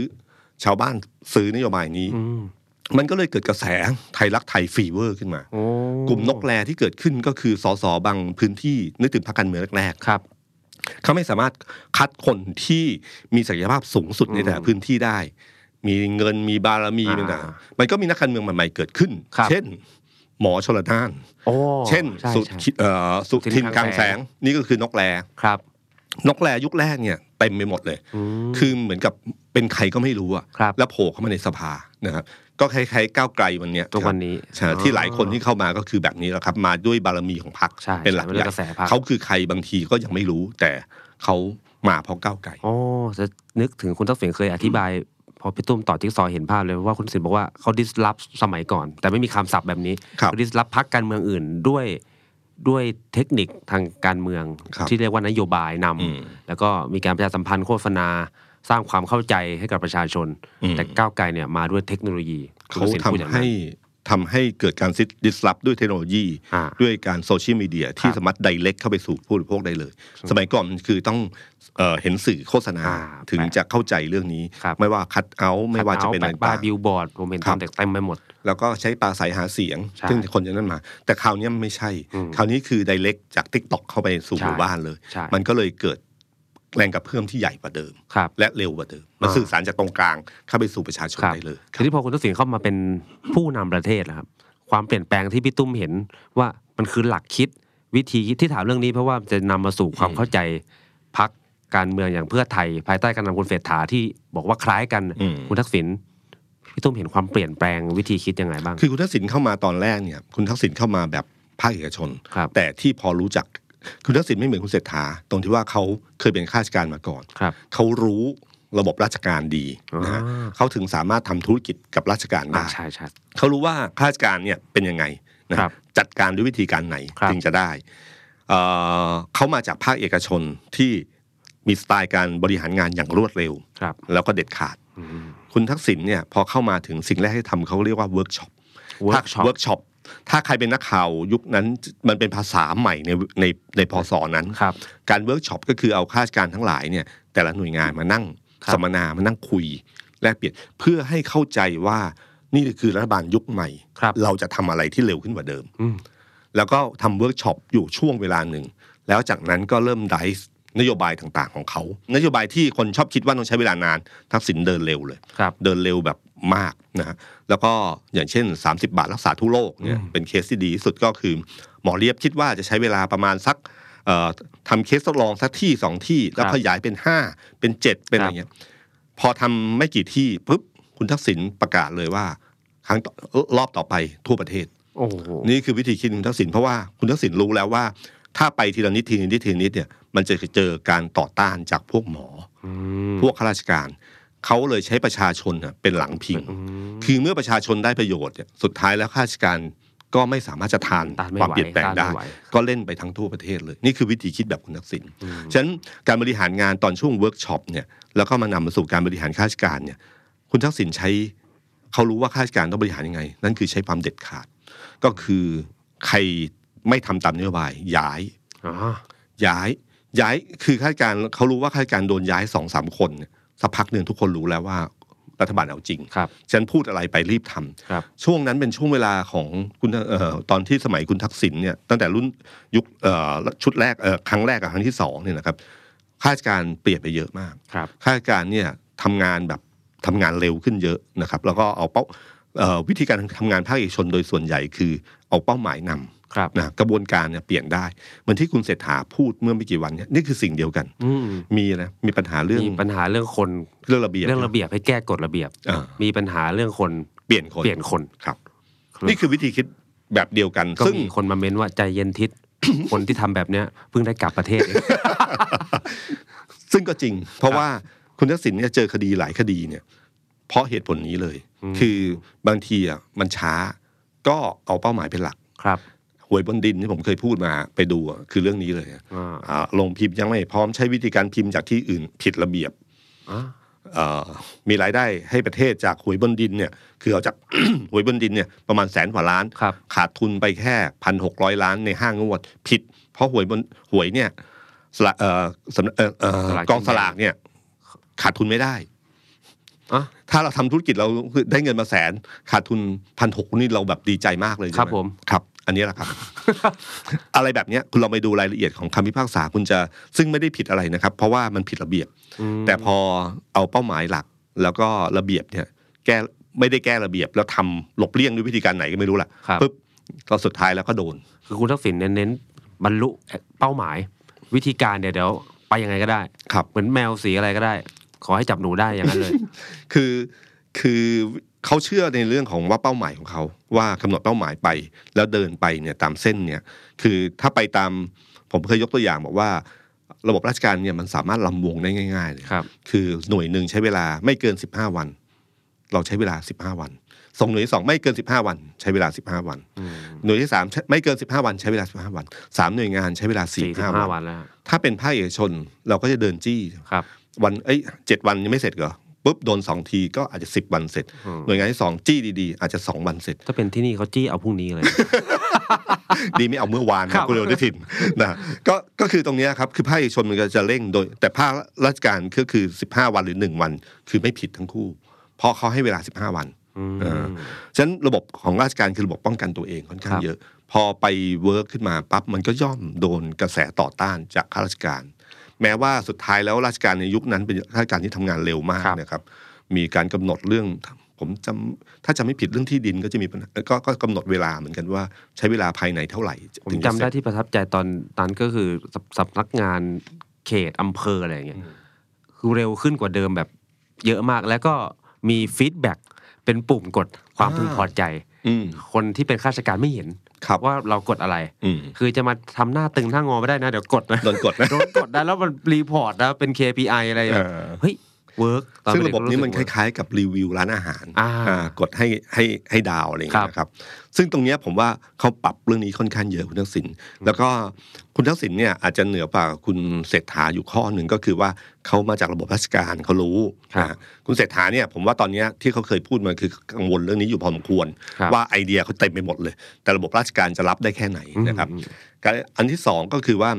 Speaker 2: ชาวบ้านซื้อนโยบายนี้
Speaker 3: อืม
Speaker 2: มันก็เลยเกิดกระแสไทยรักไทยฟีเวอร์ขึ้นมา
Speaker 3: โอ้
Speaker 2: กลุ่มนกแรที่เกิดขึ้นก็คือสสบางพื้นที่นึกถึงพรรคการเมืองแรก
Speaker 3: ครับ
Speaker 2: ๆเขาไม่สามารถคัดคนที่มีศักยภาพสูงสุดในแต่ละพื้นที่ได้ มีเงินมีบารมี
Speaker 3: อ่า
Speaker 2: ต่างๆมันก็มีนักการเมืองใหม่ๆเกิดขึ้น
Speaker 3: ครับ
Speaker 2: เช่น หมอชลนาน
Speaker 3: โอ้
Speaker 2: เช่น
Speaker 3: ใช่
Speaker 2: สุ
Speaker 3: ใช่
Speaker 2: ทิเอ่อสุ
Speaker 3: สุทิ
Speaker 2: ทิ
Speaker 3: น
Speaker 2: น
Speaker 3: ค
Speaker 2: ค
Speaker 3: ลั
Speaker 2: ลั
Speaker 3: ง
Speaker 2: ง
Speaker 3: แส
Speaker 2: แส
Speaker 3: ง
Speaker 2: งนี่ก็คือนกแร
Speaker 3: ครับ
Speaker 2: นกแรยุคแรกเนี่ยเต็มไปหมดเลย
Speaker 3: อืม
Speaker 2: คือเหมือนกับเป็นใครก็ไม่รู้อะ
Speaker 3: ครับ
Speaker 2: แล้วโผล่เข้ามาในสภานะครับก็คล้ายๆก้าวไกลวันเนี้ย
Speaker 3: ทุก
Speaker 2: ครับ
Speaker 3: วันนี้
Speaker 2: ใช่ที่หลายคนที่เข้ามาก็คือแบบนี้แหละครับ มาด้วยบารมีของพรรค
Speaker 3: ใช่
Speaker 2: เป็นหลัก
Speaker 3: ใช่
Speaker 2: ใหญ่
Speaker 3: เป็นกระแสพรรค
Speaker 2: เขาคือใครบางทีก็ยังไม่รู้ แต่เขามาเพราะก้าวไกล
Speaker 3: โอ้จะนึกถึงคุณทักษิณเคยอธิบาย พอพี่ตุ้มต่อจิ๊กซอว์เห็นภาพเลยว่าคุณทักษิณบอกว่าเขาดิสลอฟสมัยก่อน แต่ไม่มีคำศัพท์แบบนี้
Speaker 2: ครับ
Speaker 3: เขาดิสลอฟพักการเมืองอื่นด้วยด้วยเทคนิคทางการเมือง
Speaker 2: ครับ
Speaker 3: ที่เรียกว่านโยบายนำ
Speaker 2: อืม
Speaker 3: แล้วก็มีการประชาสัมพันธ์โฆษณา สร้างความเข้าใจให้กับประชาชน
Speaker 2: อืม
Speaker 3: แต่ก้าวไกลเนี่ยมาด้วยเทคโนโลยี
Speaker 2: เขา
Speaker 3: คุณ
Speaker 2: ทำ
Speaker 3: ทักษิณพูดอย่างนั้น
Speaker 2: ให้ทำให้เกิดการดิสลอฟด้วยเทคโนโลยี
Speaker 3: อ่า
Speaker 2: ด้วยการโซเชียลมีเดียที่สามารถไดเ c กเข้าไปสู่ผู้บริโภคได้เลย สมัยก่อนมันคือต้องเอ่อเห็นสื่อโฆษณา
Speaker 3: อ่า
Speaker 2: ถึงจะเข้าใจเรื่องนี้
Speaker 3: ครับ
Speaker 2: ไม่ว่าคัดเอาไม่ว่าจะเป็น
Speaker 3: แป
Speaker 2: อะไร
Speaker 3: ลป้าย
Speaker 2: ต่าง
Speaker 3: บิลบอร์ดผมเห็น
Speaker 2: ครับ
Speaker 3: ทำเด็กเต็มไปหมด
Speaker 2: แล้วก็ใช้ปลาสายหาเสียง
Speaker 3: ใช่
Speaker 2: ซึ่งคนจะนั้นมา แต่คราวเนี้ยมันไม่ใช่
Speaker 3: อืม
Speaker 2: คราวนี้คือไดเ c กจากทิกตอกเข้าไปสู่
Speaker 3: ใช่
Speaker 2: หมู่บ้านเลย
Speaker 3: ใช่
Speaker 2: มันก็เลยเกิด แรงกระเพื่อมที่ใหญ่กว่าเดิม
Speaker 3: ครับ
Speaker 2: และเร็วกว่าเดิมมัน
Speaker 3: อ่า
Speaker 2: สื่อสารจากตรงกลางเข้าไปสู่ประชาชน
Speaker 3: ครับ
Speaker 2: ได้เลย
Speaker 3: ทีนี้พอคุณทักษิณเข้ามาเป็นผู้นำประเทศนะครับ ความเปลี่ยนแปลงที่พี่ตุ้มเห็นว่ามันคือหลักคิดวิธีคิดที่ถามเรื่องนี้เพราะว่าจะนำมาสู่ความเข้าใจพักการเมืองอย่างเพื่อไทย ภายใต้การนำคุณเศรษฐาที่บอกว่าคล้ายกัน
Speaker 2: อืม
Speaker 3: คุณทักษิณพี่ตุ้มเห็นความเปลี่ยนแปลงวิธีคิดยังไงบ้าง
Speaker 2: คือคุณทักษิณเข้ามาตอนแรกเนี่ยคุณทักษิณเข้ามาแบบภาคเอกชน
Speaker 3: ครับ
Speaker 2: แต่ที่พอรู้จักคุณทักษิณไม่เหมือนคุณเศรษฐา ตรงที่ว่าเขาเคยเป็นข้าราชการมาก่อน
Speaker 3: ครับ
Speaker 2: เขารู้ระบบราชการดีนะฮะ
Speaker 3: อ่า
Speaker 2: เขาถึงสามารถทำธุรกิจกับราชการ
Speaker 3: อ่า
Speaker 2: ได้
Speaker 3: ใช่ใช่
Speaker 2: เขารู้ว่าข้าราชการเนี่ยเป็นยังไงนะครับจัดการด้วยวิธีการไหน
Speaker 3: ครับ
Speaker 2: จึงจะได้เอ่อเขามาจากภาคเอกชนที่มีสไตล์การบริหารงานอย่างรวดเร็ว
Speaker 3: ครับ
Speaker 2: แล้วก็เด็ดขาด
Speaker 3: อืม
Speaker 2: คุณทักษิณเนี่ยพอเข้ามาถึงสิ่งแรกที่ทำเขาเรียกว่าเวิร์กช็อป
Speaker 3: workshop
Speaker 2: เวิร์กช็อป ถ้าใครเป็นนักข่าวยุคนั้นมันเป็นภาษาใหม่ในในในพศนั้น
Speaker 3: ครับ
Speaker 2: การเวิร์กช็อปก็คือเอาข้าราชการทั้งหลายเนี่ยแต่ละหน่วยงานมานั่ง
Speaker 3: ครับ
Speaker 2: สัมมนามานั่งคุยแลกเปลี่ยนเพื่อให้เข้าใจว่านี่คือรัฐบาลยุคใหม่
Speaker 3: ครับ
Speaker 2: เราจะทำอะไรที่เร็วขึ้นกว่าเดิม
Speaker 3: อืม
Speaker 2: แล้วก็ทำเวิร์กช็อปอยู่ช่วงเวลาหนึ่ง แล้วจากนั้นก็เริ่มไดส์นโยบายต่างๆของเขา นโยบายที่คนชอบคิดว่าต้องใช้เวลานานทักษิณเดินเร็วเลย
Speaker 3: ครับ
Speaker 2: เดินเร็วแบบมากนะฮะแล้วก็อย่างเช่น 30 บาทรักษาทุกโรคเนี่ยเป็นเคสที่ดีที่สุดก็คือ หมอเรียบคิดว่าจะใช้เวลาประมาณสักเอ่อทำเคสทดลองสักที่สองที่ แล้ว
Speaker 3: ครับ
Speaker 2: ขยายเป็น 5 เป็น 7 เป็นอะไรเงี้ยพอทำไม่กี่ที่ปุ๊บคุณทักษิณประกาศเลยว่า ครั้งต่อรอบต่อไปทั่วประเทศ
Speaker 3: โอ้โห
Speaker 2: นี่คือวิธีคิดคุณทักษิณเพราะว่าคุณทักษิณรู้แล้วว่า ถ้าไปทีละนิดทีละนิดทีละนิดเนี่ยมันจะเจอการต่อต้านจากพวกหมอ
Speaker 3: อืม
Speaker 2: พวกข้าราชการ เขาเลยใช้ประชาชนน่ะเป็นหลังพิง
Speaker 3: อืม
Speaker 2: คือเมื่อประชาชนได้ประโยชน์เนี่ยสุดท้ายแล้วข้าราชการก็ไม่สามารถจะทาน
Speaker 3: ต้านไม่
Speaker 2: ความเปลี่ยนแปลง
Speaker 3: ไหว
Speaker 2: ได้
Speaker 3: ต้านไม่ไหว
Speaker 2: ก็เล่นไปทั้งทั่วประเทศเลย นี่คือวิธีคิดแบบคุณทักษิณฉะนั้นการบริหารงานตอนช่วงเวิร์กช็อปเนี่ยแล้วก็มานำมาสู่การบริหารข้าราชการเนี่ยคุณทักษิณใช้เขารู้ว่าข้าราชการต้องบริหารยังไง นั่นคือใช้ความเด็ดขาด ก็คือใครไม่ทำตามนโยบายย้าย
Speaker 3: อ๋อ
Speaker 2: ย้ายย้ายคือข้าราชการเขารู้ว่าข้าราชการโดนย้ายสองสามคนเนี่ยสักพักหนึ่งทุกคนรู้แล้วว่ารัฐบาลเอาจริง
Speaker 3: ครับ
Speaker 2: ฉันพูดอะไรไปรีบทำ
Speaker 3: ครับ
Speaker 2: ช่วงนั้นเป็นช่วงเวลาของคุณเอ่อตอนที่สมัยคุณทักษิณเนี่ยตั้งแต่รุ่นยุคเอ่อชุดแรกเอ่อครั้งแรกกับครั้งที่สองเนี่ยนะครับข้าราชการเปลี่ยนไปเยอะมาก
Speaker 3: ครับ
Speaker 2: ข้าราชการเนี่ยทำงานแบบทำงานเร็วขึ้นเยอะนะครับ แล้วก็เอาเป้าเอ่อวิธีการทำงานภาคเอกชนโดยส่วนใหญ่คือเอาเป้าหมายนำ
Speaker 3: ครับ
Speaker 2: นะกระบวนการเนี่ยเปลี่ยนได้ เหมือนที่คุณเศรษฐาพูดเมื่อไม่กี่วันเนี่ยนี่คือสิ่งเดียวกัน
Speaker 3: อืม
Speaker 2: มีนะมีปัญหาเรื่อง
Speaker 3: มีปัญหาเรื่องคน
Speaker 2: เรื่องระเบียบ
Speaker 3: เรื่องระเบียบให้แก้กฎระเบียบ
Speaker 2: อ่ามี
Speaker 3: มีปัญหาเรื่องคน
Speaker 2: เปลี่ยนคน
Speaker 3: เปลี่ยนคน
Speaker 2: ครับ นี่คือวิธีคิดแบบเดียวกัน
Speaker 3: ก็
Speaker 2: ซึ่ง
Speaker 3: มีคนมาเม้นว่าใจเย็นทิศ คนที่ทำแบบเนี้ยเพิ่งได้กลับประเทศเอง
Speaker 2: ซึ่งก็จริง เพราะว่าคุณทักษิณเนี่ยเจอคดีหลายคดีเนี่ย เพราะเหตุผลนี้เลย
Speaker 3: อืม
Speaker 2: คือบางทีอ่ะมันช้า ก็เอาเป้าหมายเป็นหลัก
Speaker 3: ครับ
Speaker 2: หวยบนดินที่ผมเคยพูดมาไปดูอ่ะคือเรื่องนี้เลยอ่ะ
Speaker 3: อ่า
Speaker 2: อ่าลงพิมพ์ยังไม่พร้อมใช้วิธีการพิมพ์จากที่อื่นผิดระเบียบ
Speaker 3: อ่ะ
Speaker 2: เอ่อมีรายได้ให้ประเทศจากหวยบนดินเนี่ยคือเอาจาก หวยบนดินเนี่ยประมาณแสนกว่าล้าน
Speaker 3: ครับ
Speaker 2: ขาดทุนไปแค่พันหกร้อยล้านในห้างงวดผิด เพราะหวยบนหวยเนี่ยสละเอ่อสำเอ่อเอ่อ
Speaker 3: สลากกินแบ่ง
Speaker 2: กองสลากเนี่ยขาดทุนไม่ได้
Speaker 3: อ่ะ
Speaker 2: ถ้าเราทำธุรกิจเราคือได้เงินมาแสน ขาดทุนพันหกนี่เราแบบดีใจมากเลย
Speaker 3: ครับ
Speaker 2: ใช่ไห
Speaker 3: ผม
Speaker 2: ครับ อันนี้แหละ ครับ อะไรแบบเนี้ยคุณเราไปดูรายละเอียดของคำพิพากษาคุณจะซึ่งไม่ได้ผิดอะไรนะครับ เพราะว่ามันผิดระเบียบ
Speaker 3: อืม
Speaker 2: แต่พอเอาเป้าหมายหลักแล้วก็ระเบียบเนี่ยแก้ไม่ได้แก้ระเบียบแล้วทำหลบเลี่ยงด้วยวิธีการไหนก็ไม่รู้ล่ะ
Speaker 3: ครับ
Speaker 2: ปุ๊บก็สุดท้ายแล้วก็โดน
Speaker 3: คือคุณทักษิณเน้นเน้นบรรลุเป้าหมาย วิธีการเนี่ยเดี๋ยวไปยังไงก็ได้
Speaker 2: ครับ
Speaker 3: เหมือนแมวสีอะไรก็ได้ ขอให้จับหนูได้อย่างนั้นเลย
Speaker 2: คือคือเขาเชื่อในเรื่องของว่าเป้าหมายของเขาว่ากำหนดเป้าหมายไปแล้วเดินไปเนี่ยตามเส้นเนี่ยคือถ้าไปตามผมเคยยกตัวอย่างบอกว่า ระบบราชการเนี่ยมันสามารถลำวงได้ง่ายๆเลย
Speaker 3: ครับ
Speaker 2: คือหน่วยหนึ่งใช้เวลาไม่เกิน 15 วัน เราใช้เวลา 15 วันสองหน่วยที่สองไม่เกิน 15 วัน ใช้เวลา 15 วัน
Speaker 3: อืม
Speaker 2: หน่วยที่สามใช้ไม่เกิน 15 วันใช้เวลา 15 วันสามหน่วยงานใช้เวลา
Speaker 3: สี่สิบห้า
Speaker 2: 45
Speaker 3: วั
Speaker 2: วัน น
Speaker 3: แล้วฮะ
Speaker 2: ถ้าเป็นภาคเอกชนเราก็จะเดินจี้
Speaker 3: ครับ
Speaker 2: วันเอ้ยเจ็ดวันยังไม่เสร็จเหรอปุ๊บโดนสองทีก็อาจจะสิบวันเสร็จ
Speaker 3: อืม
Speaker 2: หน่วยงานที่สองจี้ดีๆ อาจจะสองวันเสร็จ
Speaker 3: ถ้าเป็นที่นี่เขาจี้เอาพรุ่งนี้เลย
Speaker 2: ดีไม่เอาเมื่อวาน
Speaker 3: ครับ
Speaker 2: คุณเร็วได้ถิ่นนะก็ก็คือตรงเนี้ยครับคือภาคเอกชนมันก็จะเร่งโดย แต่ภาคราชการก็คือสิบห้าวันหรือหนึ่งวัน คือไม่ผิดทั้งคู่เพราะเขาให้เวลาสิบห้าวัน
Speaker 3: อืม
Speaker 2: เออ ฉะนั้นระบบของราชการคือระบบป้องกันตัวเองค่อนข้า
Speaker 3: ค
Speaker 2: ง
Speaker 3: รับ
Speaker 2: เยอะ พอไปเวิร์กขึ้นมาปั๊บมันก็ย่อมโดนกระแสต่อต้านจากข้าราชการ แม้ว่าสุดท้ายแล้วราชการในยุคนั้นเป็นราชการที่ทำงานเร็วมาก
Speaker 3: ครับ
Speaker 2: นะครับ มีการกำหนดเรื่องผมจำถ้าจำไม่ผิดเรื่องที่ดินก็จะมีปัญหาก็ก็กำหนดเวลาเหมือนกันว่าใช้เวลาภายในเท่าไหร่
Speaker 3: ผม
Speaker 2: ถึงะ
Speaker 3: จำ
Speaker 2: เส
Speaker 3: ได้
Speaker 2: ร็จ
Speaker 3: ที่ประทับใจตอนนั้นก็คือสำสำนักงานเขตอำเภออะไรอย่างเงี้ยคือเร็วขึ้นกว่าเดิมแบบเยอะมากแล้วก็มีฟีดแบ็กเป็นปุ่มกดความ
Speaker 2: อ่า
Speaker 3: พึงพอใจ
Speaker 2: อืม
Speaker 3: คนที่เป็นข้าราชการไม่เห็น
Speaker 2: ครับ
Speaker 3: ว่าเรากดอะไร
Speaker 2: อืม
Speaker 3: คือจะมาทำหน้าตึงหน้างอไม่ได้นะเดี๋ยวกดนะ
Speaker 2: โดนกดนะ
Speaker 3: โดนกดได้แล้วมันรีพอร์ตนะเป็น KPI อะไร
Speaker 2: เอ
Speaker 3: แบบ
Speaker 2: อ
Speaker 3: เฮ้ยเวิร์ก
Speaker 2: ซึ่งระบบนี้มันคล้ายๆ กับรีวิวร้านอาหาร
Speaker 3: อ่า
Speaker 2: อ่ากดให้ให้ให้ดาวอะไรอย่างเงี้ยนะครับซึ่งตรงเนี้ยผมว่าเขาปรับเรื่องนี้ค่อนข้างเยอะคุณทักษิณแล้วก็คุณทักษิณเนี่ยอาจจะเหนือกว่าคุณเศรษฐาอยู่ข้อหนึ่งก็คือว่าเขามาจากระบบราชการเขารู้
Speaker 3: ครับ
Speaker 2: อ่าคุณเศรษฐาเนี่ยผมว่าตอนเนี้ยที่เขาเคยพูดมาคือกังวลเรื่องนี้อยู่พอสมควร
Speaker 3: ครับ
Speaker 2: ว่าไอเดียเขาเต็มไปหมดเลย แต่ระบบราชการจะรับได้แค่ไหนนะครับ การอันที่สองก็คือว่า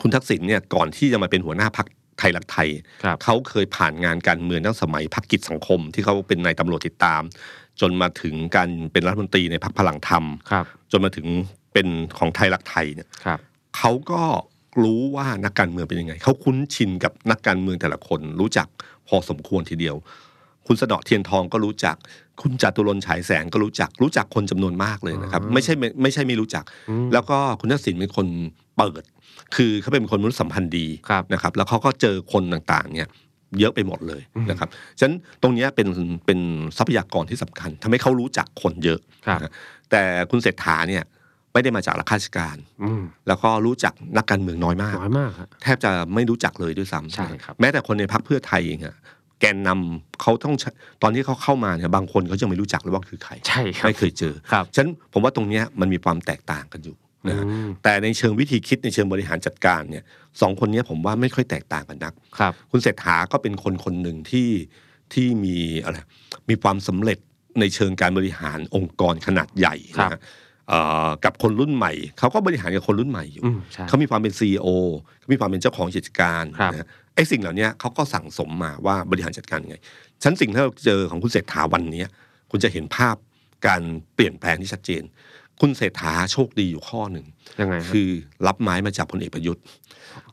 Speaker 2: คุณทักษิณเนี่ยก่อนที่จะมาเป็นหัวหน้าพักไทยรักไทย
Speaker 3: ครับ
Speaker 2: เขาเคยผ่านงานการเมืองตั้งสมัยพักกิจสังคม ที่เขาเป็นนายตำรวจติดตาม จนมาถึงการเป็นรัฐมนตรีในพักพลังธรรม
Speaker 3: ครับ
Speaker 2: จนมาถึงเป็นของไทยรักไทยเนี่ย
Speaker 3: ครับ
Speaker 2: เขาก็รู้ว่านักการเมืองเป็นยังไง เขาคุ้นชินกับนักการเมืองแต่ละคน รู้จักพอสมควรทีเดียว คุณสนอเทียนทองก็รู้จัก คุณจตุรนต์ฉายแสงก็รู้จัก รู้จักคนจำนวนมากเลยนะครับไม่ใช่ไม่ไม่ใช่ไม่รู้จัก
Speaker 3: อืม
Speaker 2: แล้วก็คุณทักษิณเป็นคนเปิด คือเขาเป็นคนมนุษยสัมพันธ์ดี
Speaker 3: ครับ
Speaker 2: นะครับ แล้วเขาก็เจอคนต่างๆ เนี่ย เยอะไปหมดเลยนะครับ ฉะนั้นตรงเนี้ยเป็นเป็นทรัพยากรที่สำคัญทำให้เขารู้จักคนเยอะ
Speaker 3: ครับ
Speaker 2: นะฮะแต่คุณเศรษฐาเนี่ยไม่ได้มาจากรัฐราชการ
Speaker 3: อืม
Speaker 2: แล้วก็รู้จักนักการเมืองน้อยมาก
Speaker 3: น้อยมากฮะ
Speaker 2: แทบจะไม่รู้จักเลยด้วยซ้ำ
Speaker 3: ใช่ครับ
Speaker 2: แม้แต่คนในพรรคเพื่อไทยเองอะแกนนำเขาต้องใช้ตอนที่เขาเข้ามาเนี่ยบางคนเขายังไม่รู้จักเลยว่าคือใคร
Speaker 3: ใช่ครับ
Speaker 2: ไม่เคยเจอ
Speaker 3: ครับ
Speaker 2: ฉะนันผมว่าตรงเนี้ยมันมีความแตกต่างกันอยู่นะฮะ
Speaker 3: อืม
Speaker 2: แต่ในเชิงวิธีคิดในเชิงบริหารจัดการเนี่ยสองคนเนี้ยผมว่าไม่ค่อยแตกต่างกันนัก
Speaker 3: ครับ
Speaker 2: คุณเศรษฐาก็เป็นคนคนหนึ่งที่ที่มีอะไรมีความสำเร็จในเชิงการบริหารองค์กรขนาดใหญ่นะ
Speaker 3: ค
Speaker 2: ฮะ
Speaker 3: รับ
Speaker 2: เอ่อกับคนรุ่นใหม่ เขาก็บริหารกับคนรุ่นใหม่อยู่
Speaker 3: อืมใช่
Speaker 2: เขามีความเป็นซีอเขามีความเป็นเจ้าของกิจการ
Speaker 3: ครับ
Speaker 2: นะฮะไอ้สิ่งเหล่าเนี้ยเขาก็สั่งสมมาว่าบริหารจัดการยังไงฉะนันสิ่งที่เราเจอของคุณเศรษฐาวันเนี้ยคุณจะเห็นภาพการเปลี่ยนแปลงที่ชัดเจน คุณเศรษฐาโชคดีอยู่ข้อหนึ่ง
Speaker 3: ยังไงฮะ
Speaker 2: คือรับไม้มาจากพลเอกประยุทธ์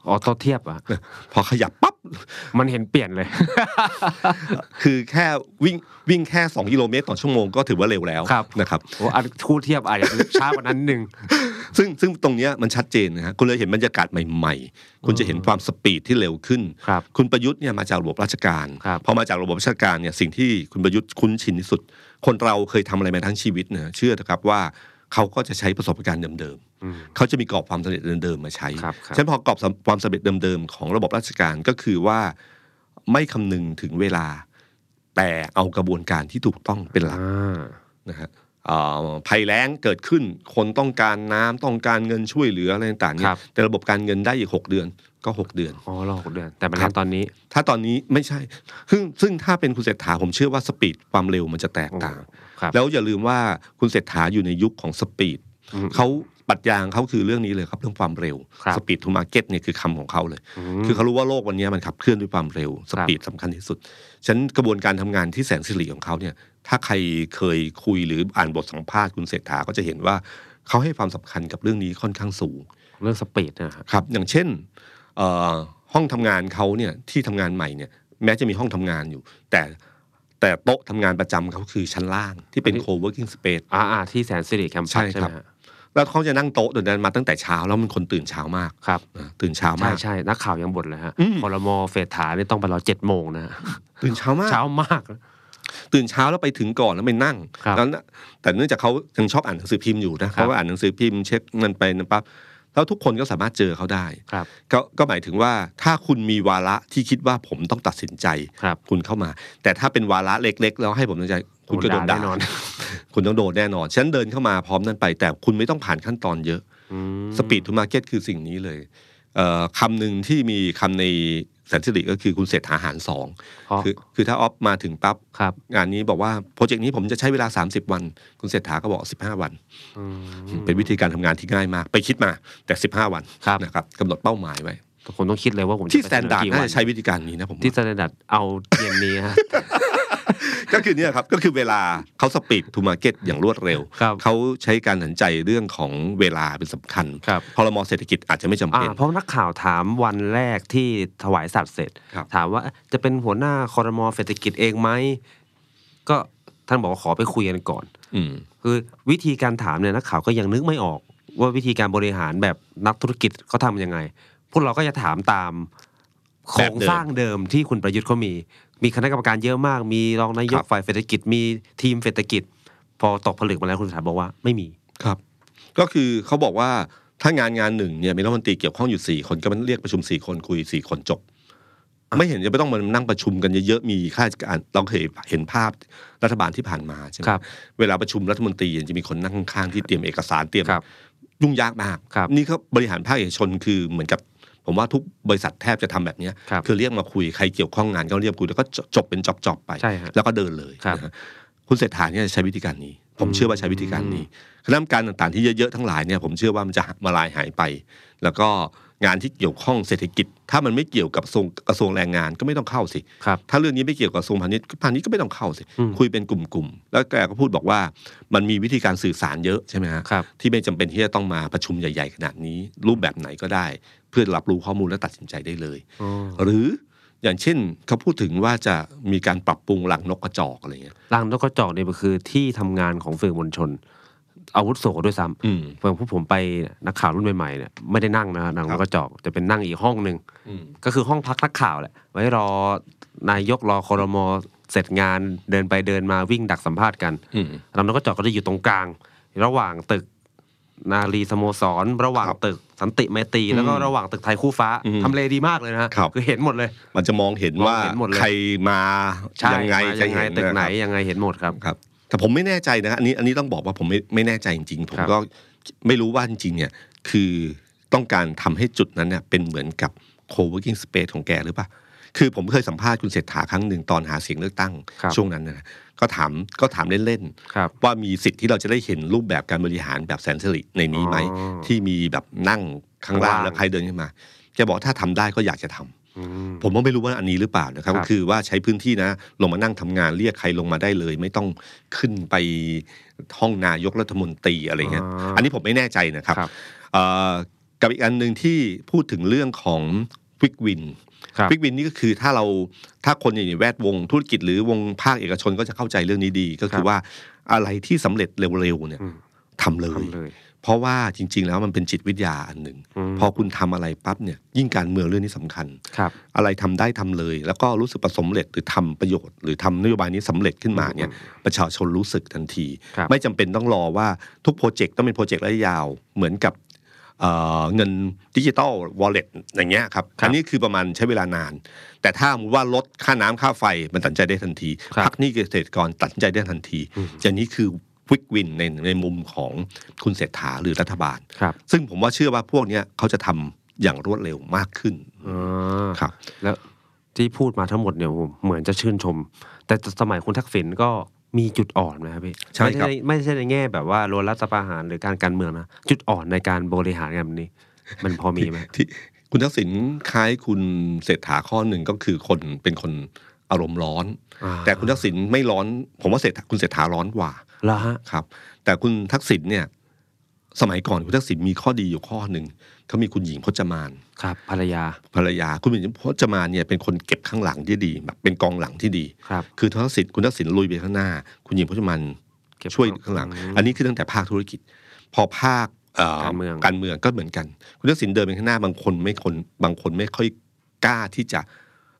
Speaker 3: อ๋อโตเทียบอ่ะ
Speaker 2: พอขยับปั๊บ
Speaker 3: มันเห็นเปลี่ยนเลย
Speaker 2: คือแค่วิ่งวิ่งแค่ 2 กิโลเมตรต่อชั่วโมงก็ถือว่าเร็วแล้ว
Speaker 3: ครับ
Speaker 2: นะครับ
Speaker 3: โอ้อันคู่เทียบอาจจะช้ากว่านั้นนิดนึง
Speaker 2: ซึ่งซึ่งตรงเนี้ยมันชัดเจนนะฮะคุณเลยเห็นบรรยากาศใหม่ๆ คุณจะเห็นความสปีดที่เร็วขึ้น
Speaker 3: ครับ
Speaker 2: คุณประยุทธ์เนี่ยมาจากระบบราชการ
Speaker 3: ครับ
Speaker 2: พอมาจากระบบราชการเนี่ยสิ่งที่คุณประยุทธ์คุ้นชินที่สุด คนเราเคยทำอะไรมาทั้งชีวิตนะเชื่อนะครับว่าเขาก็จะใช้ประสบการณ์เดิม
Speaker 3: อืม
Speaker 2: ๆเขาจะมีกรอบความสำเร็จเดิมๆมาใช้
Speaker 3: ครับครับ
Speaker 2: ฉะนั้นพอกรอบความสำเร็จเดิมๆของระบบราชการก็คือว่าไม่คำนึงถึงเวลา แต่เอากระบวนการที่ถูกต้องเป็นหลัก
Speaker 3: อ่า
Speaker 2: นะฮะเอ่อภัยแล้งเกิดขึ้น คนต้องการน้ำต้องการเงินช่วยเหลืออะไรต่างๆเนี่
Speaker 3: ค
Speaker 2: ย
Speaker 3: รับ
Speaker 2: แต่ระบบการเงินได้อีก 6 เดือนก็ 6 เดือน
Speaker 3: อ๋อรอหกเดือน แต่มัน
Speaker 2: ครั
Speaker 3: เล่
Speaker 2: บ
Speaker 3: นตอนนี้
Speaker 2: ถ้าตอนนี้ไม่ใช่ ซึ่งซึ่งถ้าเป็นคุณเศรษฐาผมเชื่อว่าสปีดความเร็วมันจะแตกต่าง
Speaker 3: ครับ
Speaker 2: แล้วอย่าลืมว่าคุณเศรษฐาอยู่ในยุคของสปีด
Speaker 3: อืม
Speaker 2: เขาปรัชญาของเขาคือเรื่องนี้เลยครับเรื่องความเร็ว
Speaker 3: ครับ
Speaker 2: สปีดทูมาร์เก็ตเนี่ยคือคำของเขาเลย
Speaker 3: ม
Speaker 2: คือเขารู้ว่าโลกวันนี้มันขับเคลื่อนด้วยความเร็วสปีดสำคัญที่สุดฉะนั้นกระบวนการทำงานที่แสนสิริของเขาเนี่ยถ้าใครเคยคุยหรืออ่านบทสัมภาษณ์คุณเศรษฐาก็จะเห็นว่าเขาให้ความสำคัญกับเรื่องนี้ค่อนข้างสูง
Speaker 3: เรื่องสปีดนะครับ
Speaker 2: ครับอย่างเช่นเอ่อห้องทำงานเขาเนี่ยที่ทำงานใหม่เนี่ยแม้จะมีห้องทำงานอยู่ แต่แต่โต๊ะทำงานประจำเขาคือชั้นล่างที่เป็น
Speaker 3: อันนี้
Speaker 2: co-working space
Speaker 3: อ่าอ่าที่แสนสิริแคมปัส
Speaker 2: ใช่ค
Speaker 3: ใช่ไห
Speaker 2: รั
Speaker 3: ม
Speaker 2: บ
Speaker 3: ฮะ
Speaker 2: แล้วเขาจะนั่งโต๊ะตัวนั้นมาตั้งแต่เช้าแล้วมันคนตื่นเช้ามาก
Speaker 3: ครับ
Speaker 2: นะตื่นเช้า
Speaker 3: ใช่
Speaker 2: มาก
Speaker 3: ใช่นักข่าวยังบ่นเลยฮะ
Speaker 2: อืม
Speaker 3: พลมเฟดถานี่ต้องไปรอเจ็ดโมงนะฮะ
Speaker 2: ตื่นเช้ามาก
Speaker 3: เช้ามาก
Speaker 2: ตื่นเช้าแล้วไปถึงก่อนแล้วไปนั่ง
Speaker 3: ครับ
Speaker 2: แล้วนะแต่เนื่องจากเขายังชอบอ่านหนังสือพิมพ์อยู่นะเพราะว่าอ่านหนังสือพิมพ์เช็คเงินไปนะปั๊บแล้วทุกคนก็สามารถเจอเขาได้
Speaker 3: ครับ
Speaker 2: ก็ก็หมายถึงว่าถ้าคุณมีวาระที่คิดว่าผมต้องตัดสินใจ
Speaker 3: ครับ
Speaker 2: คุณเข้ามา แต่ถ้าเป็นวาระเล็ก ๆ แล้วให้ผมตัดสินใจคุณก็โดน
Speaker 3: โดนด่า
Speaker 2: ด่า
Speaker 3: แน่นอน
Speaker 2: คุณต้องโดนแน่นอนฉะนันเดินเข้ามาพร้อมนั่นไป แต่คุณไม่ต้องผ่านขั้นตอนเยอะ
Speaker 3: อืม
Speaker 2: สปีดทูมาร์เก็ตคือสิ่งนี้เลยเอ่อคำหนึ่งที่มีคำในแสนสิริก็คือคุณเศรษฐาหารสอง
Speaker 3: เพราะ
Speaker 2: คือคือถ้าออฟมาถึงปั๊บ
Speaker 3: ครับ
Speaker 2: งานนี้บอกว่าโปรเจกต์นี้ผมจะใช้เวลา 30 วัน คุณเศรษฐาก็บอก 15 วัน
Speaker 3: อืม
Speaker 2: เป็นวิธีการทำงานที่ง่ายมาก ไปคิดมาแต่ 15 วัน
Speaker 3: ครับ
Speaker 2: นะครับกำหนดเป้าหมายไว้
Speaker 3: ผมต้องคิดเลยว่าผมจะ
Speaker 2: ที่
Speaker 3: ไป
Speaker 2: สแตนดาร์ด
Speaker 3: กี่วั
Speaker 2: น่าจะใช้วิธีการนี้นะผม
Speaker 3: ที่ส
Speaker 2: ว่า
Speaker 3: แตนดาร์ดเอาเย็นนี้ฮะ
Speaker 2: ก็คือเนี่ยครับก็คือเวลาเขาสปีดทูมาร์เก็ตอย่างรวดเร็ว
Speaker 3: ครับ
Speaker 2: เขาใช้การตัดสินใจเรื่องของเวลาเป็นสำคัญ
Speaker 3: ครับ
Speaker 2: พรมเศรษฐกิจอาจจะไม่จำ
Speaker 3: อ่า
Speaker 2: เป็น
Speaker 3: เพราะนักข่าวถามวันแรกที่ถวายสัตว์เสร็จ
Speaker 2: ครับ
Speaker 3: ถามว่าจะเป็นหัวหน้าคอรมอเศรษฐกิจเองไหมก็ท่านบอกว่าขอไปคุยกันก่อน
Speaker 2: อืม
Speaker 3: คือวิธีการถามเนี่ยนักข่าวก็ยังนึกไม่ออก ว่าวิธีการบริหารแบบนักธุรกิจเขาทำยังไง พวกเราก็จะถามตามโคร
Speaker 2: แบบ
Speaker 3: ง
Speaker 2: เดิม
Speaker 3: สร้างเดิมที่คุณประยุทธ์เขามี มีคณะกรรมการเยอะมาก มีรองนา
Speaker 2: ค
Speaker 3: ยก
Speaker 2: รับ
Speaker 3: ฝ่ายเศรษฐกิจมีทีมเศรษฐกิจ พอตกผลึกมาแล้วคุณสถาบอกว่าไม่มี
Speaker 2: ครับ ก็คือเขาบอกว่าถ้างานงานหนึ่งเนี่ยมีรัฐมนตรีเกี่ยวข้องอยู่สี่คนก็มันเรียกประชุมสี่คนคุยสี่คนจบ ไม่เห็นจะไม่ต้องมานั่งประชุมกันเยอะๆมีข้าราชการเราเคยเห็นภาพรัฐบาลที่ผ่านมาใช่ไหม
Speaker 3: ครับ
Speaker 2: เวลาประชุมรัฐมนตรีจะมีคนนั่งข้างๆที่เตรียมเอกสารเตรียม
Speaker 3: ครับ
Speaker 2: ยุ่งยากมาก
Speaker 3: ครับ
Speaker 2: นี่เขาบริหารภาคเอกชนคือเหมือนกับ ผมว่าทุกบริษัทแทบจะทำแบบเนี้ย
Speaker 3: ครับ
Speaker 2: อเรียกมาคุยใครเกี่ยวข้องงานก็เรียกคุยแล้วก็จบเป็นจอบๆไป
Speaker 3: ใช่ฮะ
Speaker 2: แล้วก็เดินเลย
Speaker 3: ครับ
Speaker 2: นะฮะคุณเศรษฐาเนี่ยใช้วิธีการนี้ ผมเชื่อว่าใช้วิธีการนี้ คณะกรรมการต่างๆที่เยอะๆทั้งหลายเนี่ยผมเชื่อว่ามันจะมาลายหายไป แล้วก็งานที่เกี่ยวข้องเศรษฐกิจ ถ้ามันไม่เกี่ยวกับกระทรวงกระทรวงแรงงานก็ไม่ต้องเข้าสิ
Speaker 3: ครับ
Speaker 2: ถ้าเรื่องนี้ไม่เกี่ยวกับกระทรวงพาณิชย์พาณิชย์ก็ไม่ต้องเข้าสิ
Speaker 3: อืม
Speaker 2: คุยเป็นกลุ่มๆแล้วแกก็พูดบอกว่ามันมีวิธีการสื่อสารเยอะใช่ไหมฮะ
Speaker 3: ครับ
Speaker 2: ที่ไม่จำเป็นที่จะต้องมาประชุมใหญ่ ๆ ขนาดนี้ รูปแบบไหนก็ได้ เพื่อรับรู้ข้อมูลและตัดสินใจได้เลย หรืออย่างเช่นเขาพูดถึงว่าจะมีการปรับปรุงหลังนกกระจอกอะไรเงี้ย
Speaker 3: รังนกกระจอกเนี่ยมันคือที่ทำงานของสื่อมวลชน อาวุธโสด้วยซ้
Speaker 2: อืม
Speaker 3: ำเพื่อนพวกผมไปนักข่าวรุ่นใหม่ๆเนี่ยไม่ได้นั่งนะฮะรังนกกระจอกจะเป็นนั่งอีกห้องหนึ่ง
Speaker 2: อืม
Speaker 3: ก็คือห้องพักนักข่าวแหละไว้รอนายกรอคอรมอเสร็จงานเดินไปเดินมาวิ่งดักสัมภาษณ์กัน
Speaker 2: อืม
Speaker 3: รังนกกระจอกก็จะอยู่ตรงกลาง ระหว่างตึกนารีสโมสร ระหว่างตึกสันติไมตรีแล้วก็ระหว่างตึกไทยคู่ฟ้า
Speaker 2: อืม
Speaker 3: ทำเลดีมากเลยนะฮะ
Speaker 2: ครับ
Speaker 3: คือเห็นหมดเลย
Speaker 2: มันจะมองเห็นว่า
Speaker 3: เห็นหมดเลย
Speaker 2: ใครมา
Speaker 3: ใช่
Speaker 2: ยังไง
Speaker 3: มา
Speaker 2: จะ
Speaker 3: ยังไง
Speaker 2: เห็น
Speaker 3: ตึกไหน
Speaker 2: นะครับ
Speaker 3: ยังไงเห็นหมดครับ
Speaker 2: ครับ แต่ผมไม่แน่ใจนะอันนี้อันนี้ต้องบอกว่าผมไม่ไม่แน่ใจจริงๆผม
Speaker 3: ครับ
Speaker 2: ก็ไม่รู้ว่าจริงๆเนี่ยคือต้องการทำให้จุดนั้นเนี่ยเป็นเหมือนกับโคเวิร์กิ้งสเปซของแกหรือเปล่าคือผมเคยสัมภาษณ์คุณเศรษฐาครั้งหนึ่งตอนหาเสียงเลือกตั้ง
Speaker 3: ครับ
Speaker 2: ช่วงนั้นนะก็ถามก็ถามเล่น
Speaker 3: ครับ
Speaker 2: ๆว่ามีสิทธิ์ที่เราจะได้เห็นรูปแบบการบริหารแบบแสนสิริในนี้ไหม
Speaker 3: อ๋อ
Speaker 2: ที่มีแบบนั่งข้างล่าง
Speaker 3: ข้างล่าง
Speaker 2: แล้วใครเดินขึ้นมาแกบอกถ้าทำได้ก็อยากจะทำ
Speaker 3: อืม
Speaker 2: ผมก็ไม่รู้ว่าอันนี้หรือเปล่านะครับ
Speaker 3: ครั
Speaker 2: ก็
Speaker 3: บ
Speaker 2: คือว่าใช้พื้นที่นะ ลงมานั่งทำงานเรียกใครลงมาได้เลย ไม่ต้องขึ้นไปห้องนายกรัฐมนตรีอะไรเงี้ย
Speaker 3: อ่า
Speaker 2: อันนี้ผมไม่แน่ใจนะครับ
Speaker 3: ครับ
Speaker 2: เอ่อกับอีกอันหนึ่งที่พูดถึงเรื่องของวิกวิน
Speaker 3: ครับ
Speaker 2: วิกวินนี่ก็คือถ้าเราถ้าคนอยู่ในแวดวงธุรกิจหรือวงภาคเอกชนก็จะเข้าใจเรื่องนี้ดี ก็คื
Speaker 3: ครั
Speaker 2: อบ ว่าอะไรที่สำเร็จเร็วๆเนี่ย
Speaker 3: อืม
Speaker 2: ทำเลย
Speaker 3: ทำเลย
Speaker 2: เพราะว่าจริง ๆ แล้วมันเป็นจิตวิทยาอันหนึ่ง
Speaker 3: อืม
Speaker 2: พอคุณทำอะไรปั๊บเนี่ยยิ่งการเมืองเรื่องนี้สำคัญ
Speaker 3: ครับ
Speaker 2: อะไรทำได้ทำเลย แล้วก็รู้สึกประสบความสำเร็จหรือทำประโยชน์ หรือทำนโยบายนี้สำเร็จขึ้นมาเนี่ยประชาชนรู้สึกทันที
Speaker 3: ครับ
Speaker 2: ไม่จำเป็นต้องรอว่าทุกโปรเจกต์ต้องเป็นโปรเจกต์ระยะยาวเหมือนกับเอ่อเงินดิจิตอลวอลเล็ตอย่างเงี้ยครับ
Speaker 3: ครับ
Speaker 2: อันนี้คือประมาณใช้เวลานาน แต่ถ้าสมมุติว่าลดค่าน้ำค่าไฟมันตัดสินใจได้ทันที
Speaker 3: ครับ
Speaker 2: พัหนี้เกษตรกรตัดสินใจได้ทันทีอย่างนี้คือวิกวินในในมุมของคุณเศรษฐาหรือรัฐบาล
Speaker 3: ครับ
Speaker 2: ซึ่งผมว่าเชื่อว่าพวกเนี้ยเขาจะทำอย่างรวดเร็วมากขึ้น
Speaker 3: อ่า
Speaker 2: ครับ
Speaker 3: แล้วที่พูดมาทั้งหมดเนี่ยผมเหมือนจะชื่นชม แต่สมัยคุณทักษิณก็มีจุดอ่อนนะครับพี่
Speaker 2: ใช่ครับ
Speaker 3: ไม่ไม่ใช่ในแง่แบบว่ารัวรัฐประหารหรือการการเมืองนะจุดอ่อนในการบริหารงานแบบนี้ มันพอมีไหม
Speaker 2: ที่คุณทักษิณคล้ายคุณเศรษฐาข้อหนึ่งก็คือคนเป็นคนอารมณ์ร้อน
Speaker 3: อ่า
Speaker 2: แต่คุณทักษิณไม่ร้อน ผมว่าเศรษฐาคุณเศรษฐาร้อนกว่า
Speaker 3: แล้วฮะ
Speaker 2: ครับ แต่คุณทักษิณเนี่ย สมัยก่อนคุณทักษิณมีข้อดีอยู่ข้อหนึ่งเขามีคุณหญิงพจมาน
Speaker 3: ครับ ภรรยา
Speaker 2: ภรรยาคุณหญิงพจมานเนี่ยเป็นคนเก็บข้างหลังที่ดีแบบเป็นกองหลังที่ดี
Speaker 3: ครับ
Speaker 2: คือทักษิณคุณทักษิณลุยไปข้างหน้า คุณหญิงพจมาน
Speaker 3: เก็บ
Speaker 2: ช่วยข้างหลัง
Speaker 3: อืม
Speaker 2: อันนี้คือตั้งแต่ภาคธุรกิจ พอภาค
Speaker 3: การเมือง
Speaker 2: การเมืองก็เหมือนกัน คุณทักษิณเดินไปข้างหน้าบางคนไม่คนบางคนไม่ค่อยกล้าที่จะ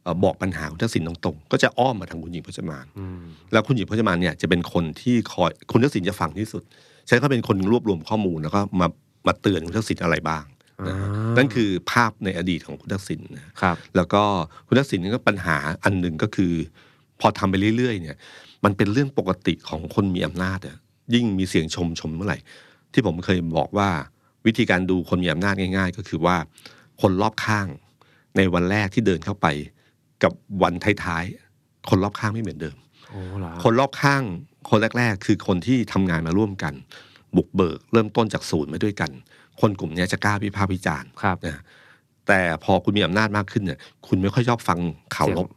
Speaker 2: เอ่อบอกปัญหาคุณทักษิณตรงๆก็จะอ้อมมาทางคุณหญิงพจมาน
Speaker 3: อืม
Speaker 2: แล้วคุณหญิงพจมานเนี่ยจะเป็นคนที่คอยคุณทักษิณจะฟังที่สุด ใช้เขาเป็นคนรวบรวมข้อมูลแล้วก็มามาเตือนคุณทักษิณอะไรบ้างนะฮะ
Speaker 3: อ่านั่
Speaker 2: นั่นคือภาพในอดีตของคุณทักษิณนะ
Speaker 3: ครับ
Speaker 2: แล้วก็คุณทักษิณก็ปัญหาอันหนึ่งก็คือ พอทำไปเรื่อยๆเนี่ย มันเป็นเรื่องปกติของคนมีอำนาจอะยิ่งมีเสียงชมชมเมื่อไหร่ ที่ผมเคยบอกว่าวิธีการดูคนมีอำนาจง่าย ๆ ก็คือว่าคนรอบข้าง ในวันแรกที่เดินเข้าไป กับวันท้ายๆคนรอบข้างไม่เหมือนเดิม
Speaker 3: โอ้เหรอ
Speaker 2: คนรอบข้างคนแรก ๆ คือคนที่ทำงานมาร่วมกัน บุกเบิก เริ่มต้นจากศูนย์มาด้วยกัน คนกลุ่มเนี้ยจะกล้าวิพากษ์วิจารณ์
Speaker 3: ครับ
Speaker 2: นะแต่พอคุณมีอำนาจมากขึ้นเนี่ย คุณไม่ค่อยชอบฟังข่าวลบ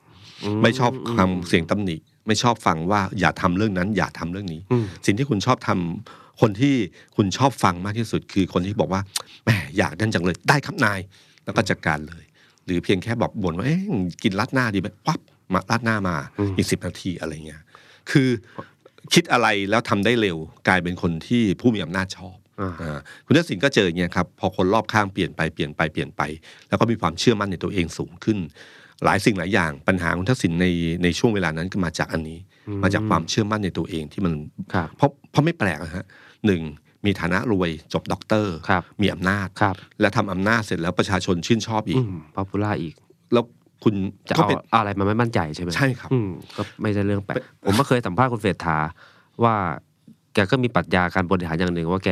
Speaker 2: ไม่ชอบคำเสียงตำหนิ ไม่ชอบฟังว่าอย่าทำเรื่องนั้น อย่าทำเรื่องนี้
Speaker 3: อืม
Speaker 2: สิ่งที่คุณชอบทำคนที่คุณชอบฟังมากที่สุด คือคนที่บอกว่าแหมอยากนั่นจังเลยได้ครับนาย แล้วก็จัดการเลย หรือเพียงแค่บอกบ่นว่าเอ๊ะกินรัดหน้าดีไหมปั๊บมารัดหน้ามาอีกสิบนาทีอะไรเงี้ยคือคิดอะไรแล้วทำได้เร็วกลายเป็นคนที่ผู้มีอำนาจชอบ
Speaker 3: อ่า
Speaker 2: อ่าคุณทักษิณก็เจออย่างเงี้ยครับพอคนรอบข้างเปลี่ยนไปเปลี่ยนไปเปลี่ยนไป แล้วก็มีความเชื่อมั่นในตัวเองสูงขึ้น หลายสิ่งหลายอย่างปัญหาของคุณทักษิณในในช่วงเวลานั้นก็มาจากอันนี้ มาจากความเชื่อมั่นในตัวเองที่มัน
Speaker 3: ครับ
Speaker 2: เพราะเพราะไม่แปลกนะฮะหนึ่งมีฐานะรวยจบด็อกเตอร์
Speaker 3: ครับ
Speaker 2: มีอำนาจ
Speaker 3: ครับ
Speaker 2: และทำอำนาจเสร็จแล้วประชาชนชื่นชอบอี
Speaker 3: อื
Speaker 2: ก
Speaker 3: มป๊อปปูล่าอีก
Speaker 2: แล้วคุณ
Speaker 3: จะ
Speaker 2: ก็
Speaker 3: เอา
Speaker 2: เป็น
Speaker 3: อะไรมาไม่มั่นใจใช่ไหม
Speaker 2: ใช่ครับ
Speaker 3: อืมก็ไม่ใช่เรื่องแปลกผมก็เคยสัมภาษณ์คุณเฟรษฐาว่าแกก็มีปรัชญาการบริหารอย่างหนึ่งว่าแก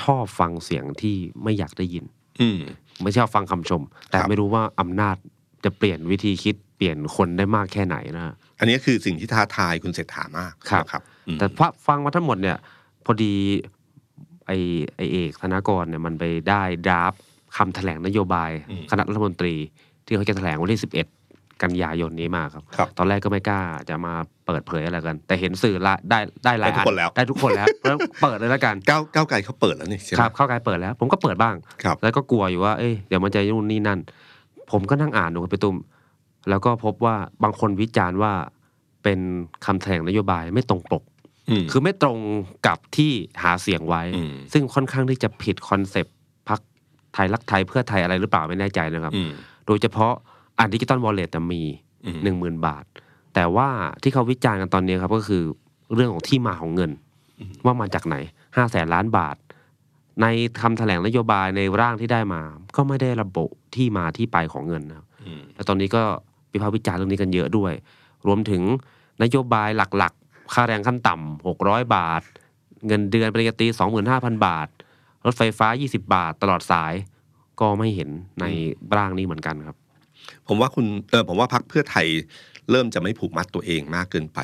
Speaker 3: ชอบฟังเสียงที่ไม่อยากได้ยิน
Speaker 2: อืม
Speaker 3: ไม่ชอบฟังคำชม แต่
Speaker 2: ครับ
Speaker 3: ไม่รู้ว่าอำนาจจะเปลี่ยนวิธีคิดเปลี่ยนคนได้มากแค่ไหนนะฮะ
Speaker 2: อันนี้คือสิ่งที่ท้าทายคุณเศรษฐามาก
Speaker 3: ครับ
Speaker 2: นะครับอืม
Speaker 3: แต่พอฟังมาทั้งหมดเนี่ย พอดีไอไอเอกธนากรเนี่ยมันไปได้ดราฟต์คำแถลงนโยบายคณะรัฐมนตรี ที่เขาจะแถลงวันที่ 11 กันยายนนี้มาครับ
Speaker 2: ครับ
Speaker 3: ตอนแรกก็ไม่กล้าจะมาเปิดเผยอะไรกัน แต่เห็นสื่อละได้ได้หลาย
Speaker 2: ได้ทุกคนแล้ว
Speaker 3: ได้ทุกคน แล้วเพราะฉะนั้นเปิดเลยแล้วกัน
Speaker 2: ก้าวก้าวไกลเขาเปิดแล้วนี่ใช่ไหม
Speaker 3: ครับเข้ากายเปิดแล้ว ผมก็เปิดบ้าง
Speaker 2: ครับ
Speaker 3: แล้วก็กลัวอยู่ว่า เอ้ย เดี๋ยวมันจะนู่นนี่นั่น ผมก็นั่งอ่านดูครับพี่ตุ้ม แล้วก็พบว่าบางคนวิจารณ์ว่าเป็นคำแถลงนโยบายไม่ตรงปก
Speaker 2: อืม
Speaker 3: คือไม่ตรงกับที่หาเสียงไว้
Speaker 2: อืม
Speaker 3: ซึ่งค่อนข้างที่จะผิดคอนเซปต์พักไทยรักไทยเพื่อไทยอะไรหรือเปล่าไม่แน่ใจนะครับ
Speaker 2: อืม
Speaker 3: โดยเฉพาะอันดิจิตอลวอลเล็ตมี
Speaker 2: อืม
Speaker 3: หนึ่งหมื่นบาท แต่ว่าที่เขาวิจารณ์กันตอนนี้ครับก็คือเรื่องของที่มาของเงิน ว่ามาจากไหนห้าแสนล้านบาท ในคำแถลงนโยบายในร่างที่ได้มา ก็ไม่ได้ระบุที่มาที่ไปของเงินนะครับ
Speaker 2: อืม
Speaker 3: แล้วตอนนี้ก็วิพากษ์วิจารณ์เรื่องนี้กันเยอะด้วย รวมถึงนโยบายหลักๆ ค่าแรงขั้นต่ำ600 บาท เงินเดือนปริญญาตรี25,000 บาท รถไฟฟ้า 20 บาทตลอดสาย ก็ไม่เห็นในร่างนี้เหมือนกันครับ
Speaker 2: ผมว่าคุณเออผมว่าพักเพื่อไทยเริ่มจะไม่ผูกมัดตัวเองมากเกินไป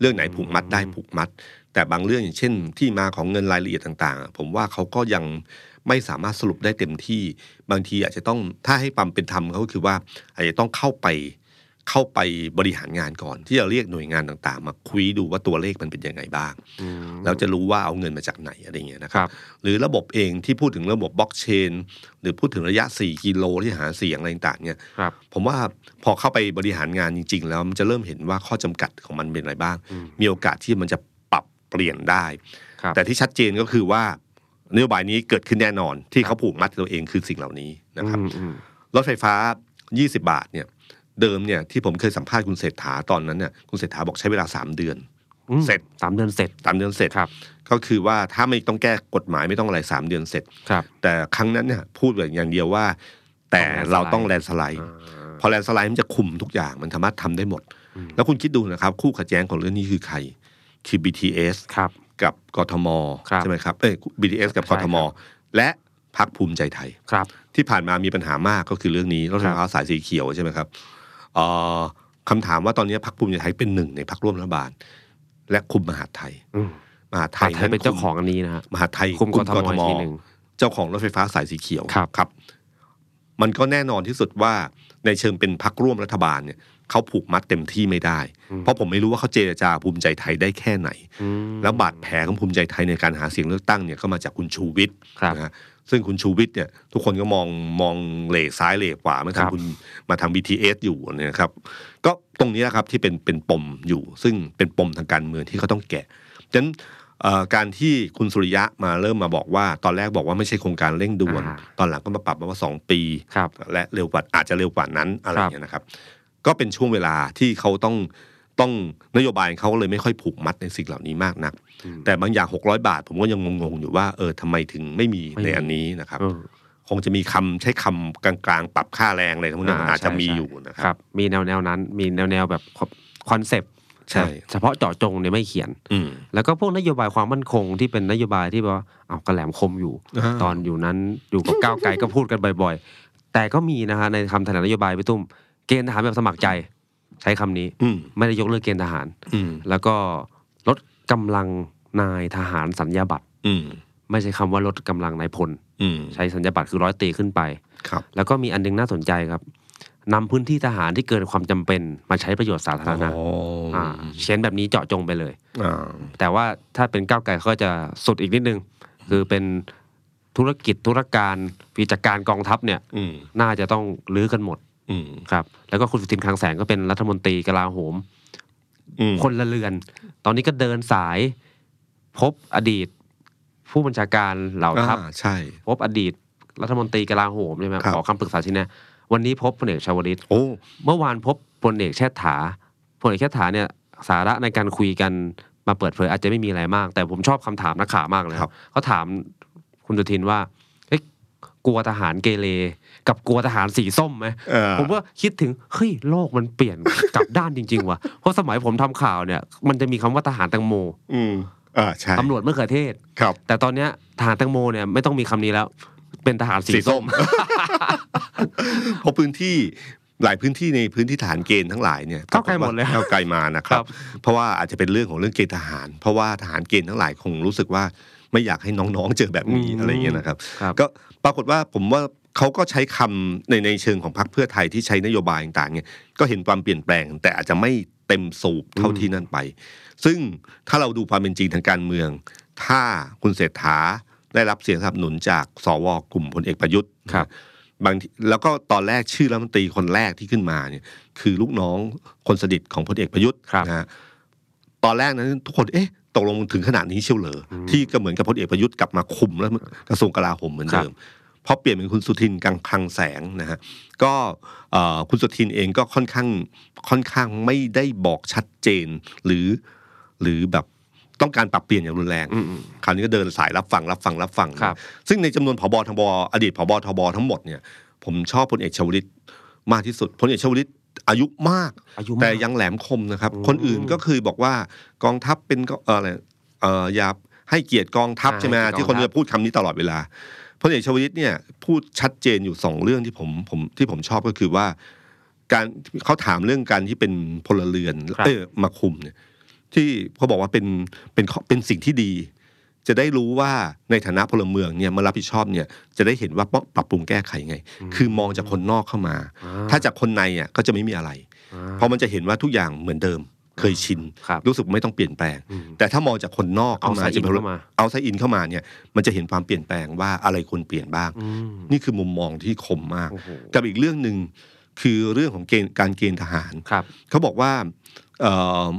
Speaker 2: เรื่องไหนผูกมัดได้ผูกมัด แต่บางเรื่องอย่างเช่น ที่มาของเงินรายละเอียดต่างๆอะผมว่าเขาก็ยังไม่สามารถสรุปได้เต็มที่ บางทีอาจจะต้องถ้าให้ความเป็นธรรมเขาก็คือว่าอาจจะต้องเข้าไปเข้าไปบริหารงานก่อน ที่จะเรียกหน่วยงานต่างๆ มาคุยดูว่าตัวเลขมันเป็นยังไงบ้าง แล้วจะรู้ว่าเอาเงินมาจากไหนอะไรเงี้ยนะค
Speaker 3: ครั
Speaker 2: รับ
Speaker 3: บ
Speaker 2: หรือระบบเองที่พูดถึงระบบบล็อกเชน หรือพูดถึงระยะ 4 กิโลที่หาเสียงอะไรต่างๆเนี่ย
Speaker 3: ครับ
Speaker 2: ผมว่าพอเข้าไปบริหารงานจริง ๆ แล้วมันจะเริ่มเห็นว่าข้อจำกัดของมันเป็นอะไรบ้าง มีโอกาสที่มันจะปรับเปลี่ยนได้
Speaker 3: ครับ
Speaker 2: แต่ที่ชัดเจนก็คือว่านโยบายนี้เกิดขึ้นแน่นอน ที่เขาผูกมัดตัวเองคือสิ่งเหล่านี้นะครับ
Speaker 3: อืมอืม
Speaker 2: รถไฟฟ้า 20 บาทเนี่ยเดิมเนี่ยที่ผมเคยสัมภาษณ์คุณเศรษฐาตอนนั้นเนี่ยคุณเศรษฐาบอกใช้เวลา 3 เดือน
Speaker 3: อืม
Speaker 2: เสร็จ
Speaker 3: สามเดือนเสร็จ
Speaker 2: สามเดือนเสร็จ
Speaker 3: ครับ
Speaker 2: ก็คือว่าถ้าไม่ต้องแก้กฎหมายไม่ต้องอะไรสามเดือนเสร็จ
Speaker 3: ครับ
Speaker 2: แต่ครั้งนั้นเนี่ยพูดแบบอย่างเดียวว่า แต่เราต้องแลนด์สไลด์ พอแลนด์สไลด์มันจะคุมทุกอย่างมันสามารถทำได้หมด แล้วคุณคิดดูนะครับ คู่ขัดแย้งของเรื่องนี้คือใคร คือ BTS
Speaker 3: ครับ
Speaker 2: กับกทม
Speaker 3: ครับ
Speaker 2: ใช่ไหมครับเอ้ย BTS กับ
Speaker 3: ใช่
Speaker 2: ก
Speaker 3: ค
Speaker 2: ท
Speaker 3: รั
Speaker 2: ม
Speaker 3: บ
Speaker 2: และพักภูมิใจไทย
Speaker 3: ครับ
Speaker 2: ที่ผ่านมามีปัญหามากก็คือเรื่องนี้รถไฟฟ้าสายสีเขียวใช่ไหมครับเอ่อคำถามว่าตอนนี้พักภูมิใจไทยเป็นหนึ่งในพักร่วมรัฐบาล และคุมมหาดไทย
Speaker 3: อืม
Speaker 2: มหาดไท
Speaker 3: ไท
Speaker 2: ย
Speaker 3: ยเป็นเจ้าของอันนี้นะฮะ
Speaker 2: มหาดไทย
Speaker 3: คุมกทมอีกทีหนึ่ง
Speaker 2: เจ้าของรถไฟฟ้าสายสีเขียว
Speaker 3: ครับ
Speaker 2: ครับ มันก็แน่นอนที่สุดว่าในเชิงเป็นพักร่วมรัฐบาลเนี่ยเขาผูกมัดเต็มที่ไม่ได้ เพราะผมไม่รู้ว่าเขาเจรจาภูมิใจไทยได้แค่ไหน
Speaker 3: อืม
Speaker 2: แล้วบาดแผลของภูมิใจไทยในการหาเสียงเลือกตั้งเนี่ยก็มาจากคุณชูวิทย์
Speaker 3: ครับ
Speaker 2: นะฮะซึ่งคุณชูวิทย์เนี่ยทุกคนก็มองมองเหลซ้ายเหลขวามา
Speaker 3: ครั
Speaker 2: ทาง
Speaker 3: บ
Speaker 2: คุณมาทาง BTS อยู่เนี่ยนะครับ ก็ตรงนี้แหละครับที่เป็นเป็นปมอยู่ ซึ่งเป็นปมทางการเมืองที่เขาต้องแกะฉะนั้นเอ่อการที่คุณสุริยะมาเริ่มมาบอกว่า ตอนแรกบอกว่าไม่ใช่โครงการเร่งด่วน
Speaker 3: อ่า
Speaker 2: ตอนหลังก็มาปรับมาว่าสองปี
Speaker 3: ครับ
Speaker 2: และเร็วกว่าอาจจะเร็วกว่านั้นอะไรอ
Speaker 3: ครับ
Speaker 2: ย่างเงี้ยนะครับ ก็เป็นช่วงเวลาที่เขาต้องต้องนโยบายเขาเลยไม่ค่อยผูกมัดในสิ่งเหล่านี้มากนัก แต่บางอย่าง 600 บาท ผมก็ยังงงๆอยู่ว่าเออทำไมถึงไม่มีในอันนี้นะครับ
Speaker 3: เออ
Speaker 2: คงจะมีคำใช้คำกลางๆ ปรับค่าแรงอะไรทั้งนั้นอาจจะมีอยู่นะค
Speaker 3: ครั
Speaker 2: รับ
Speaker 3: บ มีแนวแนวๆนั้น มีแนวแนวๆแบบคอนเซปต์
Speaker 2: ใช่
Speaker 3: เฉพาะเจาะจงเนี่ยไม่เขียน
Speaker 2: อืม
Speaker 3: แล้วก็พวกนโยบายความมั่นคงที่เป็นนโยบายที่แบบว่าเอากระแหลมคมอยู่
Speaker 2: อ่า
Speaker 3: ตอนอยู่นั้นอยู่กับก้าวไกล ก็พูดกันบ่อยๆ แต่ก็มีนะฮะในคำแถลงนโยบายพี่ตุ้มเกณฑ์ทหารแบบสมัครใจ ใช้คำนี้
Speaker 2: อืม
Speaker 3: ไม่ได้ยกเลิกเกณฑ์ทหาร
Speaker 2: อืม
Speaker 3: แล้วก็ลดกำลังนายทหารสัญญาบัตร
Speaker 2: อืม
Speaker 3: ไม่ใช่คำว่าลดกำลังนายพล
Speaker 2: อืม
Speaker 3: ใช้สัญญาบัตรคือร้อยตรีขึ้นไป
Speaker 2: ครับ
Speaker 3: แล้วก็มีอันหนึงน่าสนใจครับ นำพื้นที่ทหารที่เกินความจำเป็นมาใช้ประโยชน์สาธารณะ
Speaker 2: อ๋ออ่
Speaker 3: าเช่นแบบนี้เจาะจงไปเลย
Speaker 2: อ่า
Speaker 3: แต่ว่าถ้าเป็นก้าวไกลเขาก็จะสุดอีกนิดนึง คือเป็นธุรกิจธุรการวิจาการกองทัพเนี่ย
Speaker 2: อืม
Speaker 3: น่าจะต้องลื้อกันหมด
Speaker 2: อืม
Speaker 3: ครับ แล้วก็คุณสุทินคลังแสงก็เป็นรัฐมนตรีกลาโหม
Speaker 2: อืม
Speaker 3: คนละเรือน ตอนนี้ก็เดินสายพบอดีต ผู้บัญชาการเหล่าทัพ
Speaker 2: อ่าใช่
Speaker 3: พบอดีตรัฐมนตรีกลาโหมใช่ไหม
Speaker 2: ครับ
Speaker 3: ขอคำปรึกษาที่แนะวันนี้พบพลเอกชาวลิต
Speaker 2: โอ้
Speaker 3: เมื่อวานพบพลเอกแชติถาพลเอกแชติถาเนี่ยสาระในการคุยกันมาเปิดเผยอาจจะไม่มีอะไรมาก แต่ผมชอบคำถามนักข่าวมากเลย
Speaker 2: ครับ
Speaker 3: เขาถามคุณสุทินว่าเอ๊ะกลัวทหารเกเรกับกลัวทหารสีส้มไหม
Speaker 2: เออ
Speaker 3: ผมก็คิดถึงเฮ้ยโลกมันเปลี่ยน กลับด้านจริง ๆ ว่ะ เพราะสมัยผมทำข่าวเนี่ย มันจะมีคำว่าทหารแตงโม
Speaker 2: อืมอ่าใช่
Speaker 3: ตำรวจมะเขือเทศ
Speaker 2: ครับ
Speaker 3: แต่ตอนเนี้ยทหารแตงโมเนี่ยไม่ต้องมีคำนี้แล้ว เป็นทหารสี
Speaker 2: สี
Speaker 3: ส้
Speaker 2: ส้
Speaker 3: ม
Speaker 2: ม เพราะพื้นที่หลายพื้นที่ในพื้นที่ฐานเกณฑ์ทั้งหลายเนี่ย
Speaker 3: ก้าวไกลหมดเลย
Speaker 2: ก้าวไกลมานะครั
Speaker 3: ครับ บ
Speaker 2: เพราะว่าอาจจะเป็นเรื่องของเรื่องเกณฑ์ทหาร เพราะว่าทหารเกณฑ์ทั้งหลายคงรู้สึกว่าไม่อยากให้น้องๆเจอแบบนี้อะไรอย่างเงี้ยนะครับ
Speaker 3: ครับ
Speaker 2: ก็ปรากฏว่าผมว่าเขาก็ใช้คำในในเชิงของพรรคเพื่อไทยที่ใช้นโยบายต่างๆเนี่ยก็เห็นความเปลี่ยนแปลง แต่อาจจะไม่เต็มสูบเท่าที่นั่นไป ซึ่งถ้าเราดูความเป็นจริงทางการเมือง ถ้าคุณเศรษฐาได้รับเสียงสนับสนุนจากสวกลุ่มพลเอกประยุทธ์
Speaker 3: ครับ
Speaker 2: บางทีแล้วก็ตอนแรกชื่อรัฐมนตรีคนแรกที่ขึ้นมาเนี่ยคือลูกน้องคนสนิทของพลเอกประยุทธ์
Speaker 3: ครับ
Speaker 2: นะฮะ ตอนแรกนั้นทุกคนเอ๊ะตกลงถึงขนาดนี้เชียวเหรออที่ก็เหมือนกับพลเอกประยุทธ์กลับมาคุมแล้วกระทรวงกลาโหมเหมือนเดิมพอเปลี่ยนเป็นคุณสุทินกังคลังแสงนะฮะก็เอ่อคุณสุทินเองก็ค่อนข้างค่อนข้างไม่ได้บอกชัดเจนหรือ หรือแบบต้องการปรับเปลี่ยนอย่างรุนแรง
Speaker 3: อืมอืม
Speaker 2: คราวนี้ก็เดินสายรับฟังรับฟังรับฟังนะครับ ซึ่งในจำนวนผบทบอดีตผบทบทั้งหมดเนี่ย ผมชอบพลเอกชวลิตมากที่สุดพลเอกชวลิตอายุมาก
Speaker 3: อายุมาก
Speaker 2: แต่ยังแหลมคมนะครับ
Speaker 3: อืม
Speaker 2: คนอื่นก็คือบอกว่ากองทัพเป็นก็เอ่ออะไรเอ่ออย่าให้เกียรติกองทัพ
Speaker 3: อ่า
Speaker 2: ใช่ไหม
Speaker 3: ให้เกียรติ
Speaker 2: ที่คน
Speaker 3: กองทัพ
Speaker 2: จะพูดคำนี้ตลอดเวลาพลเอกชวลิตเนี่ยพูดชัดเจนอยู่สองเรื่องที่ผมผมที่ผมชอบก็คือว่า การเขาถามเรื่องการที่เป็นพลเรือน
Speaker 3: ครับ
Speaker 2: เออมาคุมเนี่ย ที่เขาบอกว่าเป็นเป็นข้อเป็นสิ่งที่ดี จะได้รู้ว่าในฐานะพลเมืองเนี่ยมารับผิดชอบเนี่ยจะได้เห็นว่าปรับปรุงแก้ไขไง คือมองจากคนนอกเข้ามา ถ้าจากคนในอ่ะก็จะไม่มีอะไร
Speaker 3: อ่า
Speaker 2: เพราะมันจะเห็นว่าทุกอย่างเหมือนเดิมเคยชิน
Speaker 3: ครับ
Speaker 2: รู้สึกไม่ต้องเปลี่ยนแปลง
Speaker 3: อืม
Speaker 2: แต่ถ้ามองจากคนนอกเข้ามา
Speaker 3: เอาสายอินเข้ามา
Speaker 2: เอาไซอินเข้ามาเนี่ยมันจะเห็นความเปลี่ยนแปลงว่าอะไรควรเปลี่ยนบ้าง
Speaker 3: อืม
Speaker 2: นี่คือมุมมองที่คมมาก
Speaker 3: โอ้โห
Speaker 2: กับอีกเรื่องหนึ่งคือเรื่องของเกณฑ์การเกณฑ์ทหาร
Speaker 3: ครับ
Speaker 2: เขาบอกว่าเอ่อ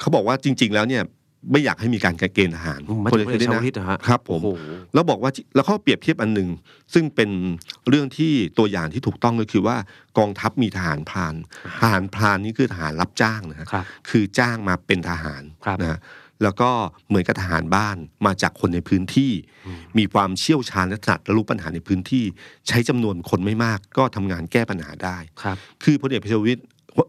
Speaker 2: เขาบอกว่าจริง ๆ แล้วเนี่ยไม่อยากให้มีการเกณฑ์ทหาร
Speaker 3: อืมไม่ถึง
Speaker 2: พลเอก
Speaker 3: พลเอกชาวลิตเหรอฮะ
Speaker 2: ครับผม
Speaker 3: โอ้โห
Speaker 2: แล้วบอกว่าแล้วเขาเปรียบเทียบอันหนึ่งซึ่งเป็นเรื่องที่ตัวอย่างที่ถูกต้องก็คือว่ากองทัพมีทหารพรานทหารพรานนี่คือทหารรับจ้างนะฮะ
Speaker 3: ครับ
Speaker 2: คือจ้างมาเป็นทหาร
Speaker 3: ครับ
Speaker 2: นะฮะแล้วก็เหมือนกับทหารบ้านมาจากคนในพื้นที่ มีความเชี่ยวชาญและถนัดและรู้ปัญหาในพื้นที่ ใช้จำนวนคนไม่มาก ก็ทำงานแก้ปัญหาได้
Speaker 3: ครับ
Speaker 2: คือพลเอกชวลิต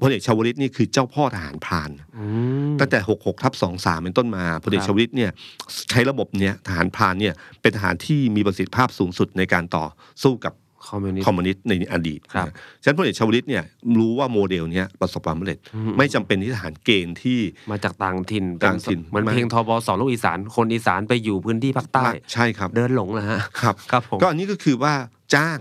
Speaker 2: พลเอกชวลิตนี่คือเจ้าพ่อทหารพราน
Speaker 3: อืม
Speaker 2: ตั้งแต่ 6 6ทับ2 3 เป็นต้นมาพลเอก
Speaker 3: ครั
Speaker 2: ช
Speaker 3: บ
Speaker 2: วลิตเนี่ยใช้ระบบเนี่ยทหารพรานเนี่ยเป็นทหารที่มีประสิทธิภาพสูงสุดในการต่อสู้กับ
Speaker 3: คอมมิวนิส
Speaker 2: คอม
Speaker 3: ต์
Speaker 2: มิวนิสต์ในอดีต
Speaker 3: ครับ
Speaker 2: นะฉะนั้นพลเอกชวลิตเนี่ยรู้ว่าโมเดลเนี้ยประสบความสำเร็จ ไม่จำเป็นที่ทหารเกณฑ์ที่
Speaker 3: มาจากต่างถิ่นเป็
Speaker 2: ต่างถิ่น
Speaker 3: เหมือน
Speaker 2: มา
Speaker 3: เพลงทบสอนลูกอีสาน คนอีสานไปอยู่พื้นที่ภาคใต้
Speaker 2: ใช่ครับ
Speaker 3: เดินหลงนะฮะ
Speaker 2: ครับ
Speaker 3: ครับผม
Speaker 2: ก็อันนี้ก็คือว่าจ้าง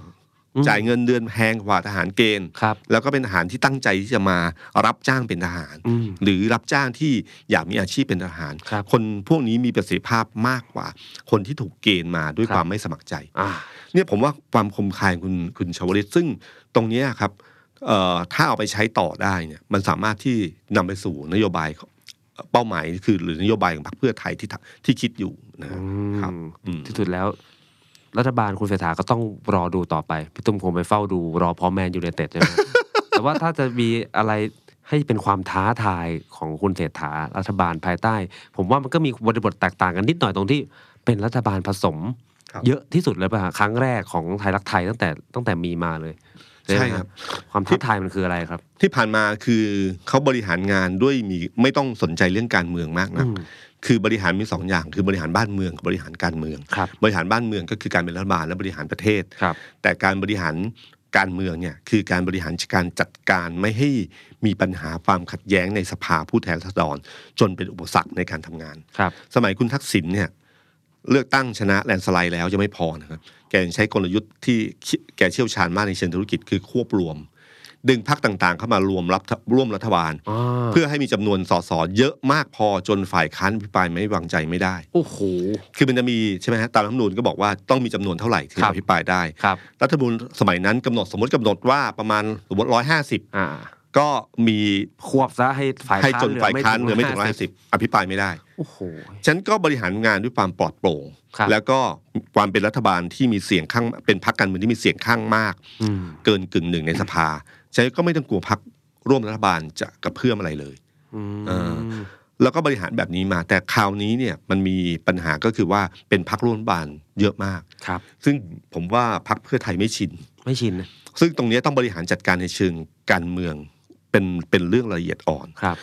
Speaker 3: อืม
Speaker 2: จ่ายเงินเดือนแพงกว่าทหารเกณฑ์
Speaker 3: ครับ
Speaker 2: แล้วก็เป็นทหารที่ตั้งใจที่จะมารับจ้างเป็นทหาร
Speaker 3: อืม
Speaker 2: หรือรับจ้างที่อยากมีอาชีพเป็นทหาร
Speaker 3: ครับ
Speaker 2: คนพวกนี้มีประสิทธิภาพมากกว่า คนที่ถูกเกณฑ์มาด้วย
Speaker 3: ครับ
Speaker 2: ความไม่สมัครใจ
Speaker 3: อ่า
Speaker 2: เนี่ยผมว่าความคมคายของคุณคุณชวลิตซึ่งตรงเนี้ยครับเอ่อถ้าเอาไปใช้ต่อได้เนี่ยมันสามารถที่นำไปสู่นโยบายของเป้าหมายคือหรือนโยบายของพรรคเพื่อไทยที่ทำที่คิดอยู่นะ
Speaker 3: อืม
Speaker 2: ครับอืม
Speaker 3: ที่สุดแล้ว รัฐบาลคุณเศรษฐาก็ต้องรอดูต่อไป พี่ตุ้มคงไปเฝ้าดูรอพร้อมแมนยูไนเต็ดใช่ไห ม แต่ว่าถ้าจะมีอะไรให้เป็นความท้าทายของคุณเศรษฐารัฐบาลภายใต้ ผมว่ามันก็มีบริบทแตกต่างกันนิดหน่อยตรงที่เป็นรัฐบาลผสม
Speaker 2: ครับ
Speaker 3: เยอะที่สุดเลยป่ะฮะครั้งแรกของไทยรักไทยตั้งแต่ตั้งแต่มีมาเลย
Speaker 2: ใช่
Speaker 3: ไหม
Speaker 2: ครับ
Speaker 3: ความท้าทายมันคืออะไรครับ
Speaker 2: ที่ผ่านมาคือเขาบริหารงานด้วยมีไม่ต้องสนใจเรื่องการเมืองมากนะ
Speaker 3: อืม
Speaker 2: คือบริหารมีสองอย่าง คือบริหารบ้านเมืองกับบริหารการเมือง
Speaker 3: ครับ
Speaker 2: บริหารบ้านเมืองก็คือการเป็นรัฐบาลและบริหารประเทศ
Speaker 3: ครับ
Speaker 2: แต่การบริหารการเมืองเนี่ยคือการบริหารการจัดการไม่ให้มีปัญหาความขัดแย้งในสภาผู้แทนราษฎรจนเป็นอุปสรรคในการทำงาน
Speaker 3: ครับ
Speaker 2: สมัยคุณทักษิณเนี่ยเลือกตั้งชนะแลนด์สไลด์แล้วยังไม่พอนะครับแกยังใช้กลยุทธ์ที่แกเชี่ยวชาญมากในเชิงธุรกิจคือควบรวม ดึงพรรคต่างๆ เข้ามารวมรับร่วมรัฐบาล
Speaker 3: อ่า
Speaker 2: เพื่อให้มีจำนวนสสเยอะมากพอจนฝ่ายค้านพิปรายไม่วางใจไม่ได้
Speaker 3: โอ้โห
Speaker 2: คือมันจะมีใช่ไหมฮะตามรัฐธรรมนูญก็บอกว่าต้องมีจำนวนเท่าไหร่ถึง
Speaker 3: ครับ
Speaker 2: อภิปรายได้
Speaker 3: ครับ
Speaker 2: รัฐธรรมนูญสมัยนั้นกำหนดสมมติกำหนดว่าประมาณสมมติร้อยห้าสิบ
Speaker 3: อ่า
Speaker 2: ก็มี
Speaker 3: ควบซะให้ฝ่าย
Speaker 2: ให้
Speaker 3: ค้าน
Speaker 2: จนฝ่ายค้านเหลือไม่ถึงร้อย
Speaker 3: 150
Speaker 2: ห้าสิบอภิปรายไม่ได้
Speaker 3: โอ้โห
Speaker 2: ฉันก็บริหารงานด้วยความปลอดโปร่ง
Speaker 3: ครับ
Speaker 2: แล้วก็ความเป็นรัฐบาลที่มีเสียงข้างเป็นพรรคการเมืองที่มีเสียงข้างมาก
Speaker 3: อืม
Speaker 2: เกินกึ่งหนึ่งในสภาฉันก็ไม่ต้องกลัวพรรคร่วมรัฐบาลจะกระเพื่อมอะไรเลย
Speaker 3: อืม
Speaker 2: เออ แล้วก็บริหารแบบนี้มา แต่คราวนี้เนี่ยมันมีปัญหาก็คือว่าเป็นพรรคร่วมรัฐบาลเยอะมาก
Speaker 3: ครับ
Speaker 2: ซึ่งผมว่าพรรคเพื่อไทยไม่ชิน
Speaker 3: ไม่ชินนะ
Speaker 2: ซึ่งตรงเนี้ยต้องบริหารจัดการในเชิงการเมืองเป็นเป็นเรื่องละเอียดอ่อน
Speaker 3: ครับ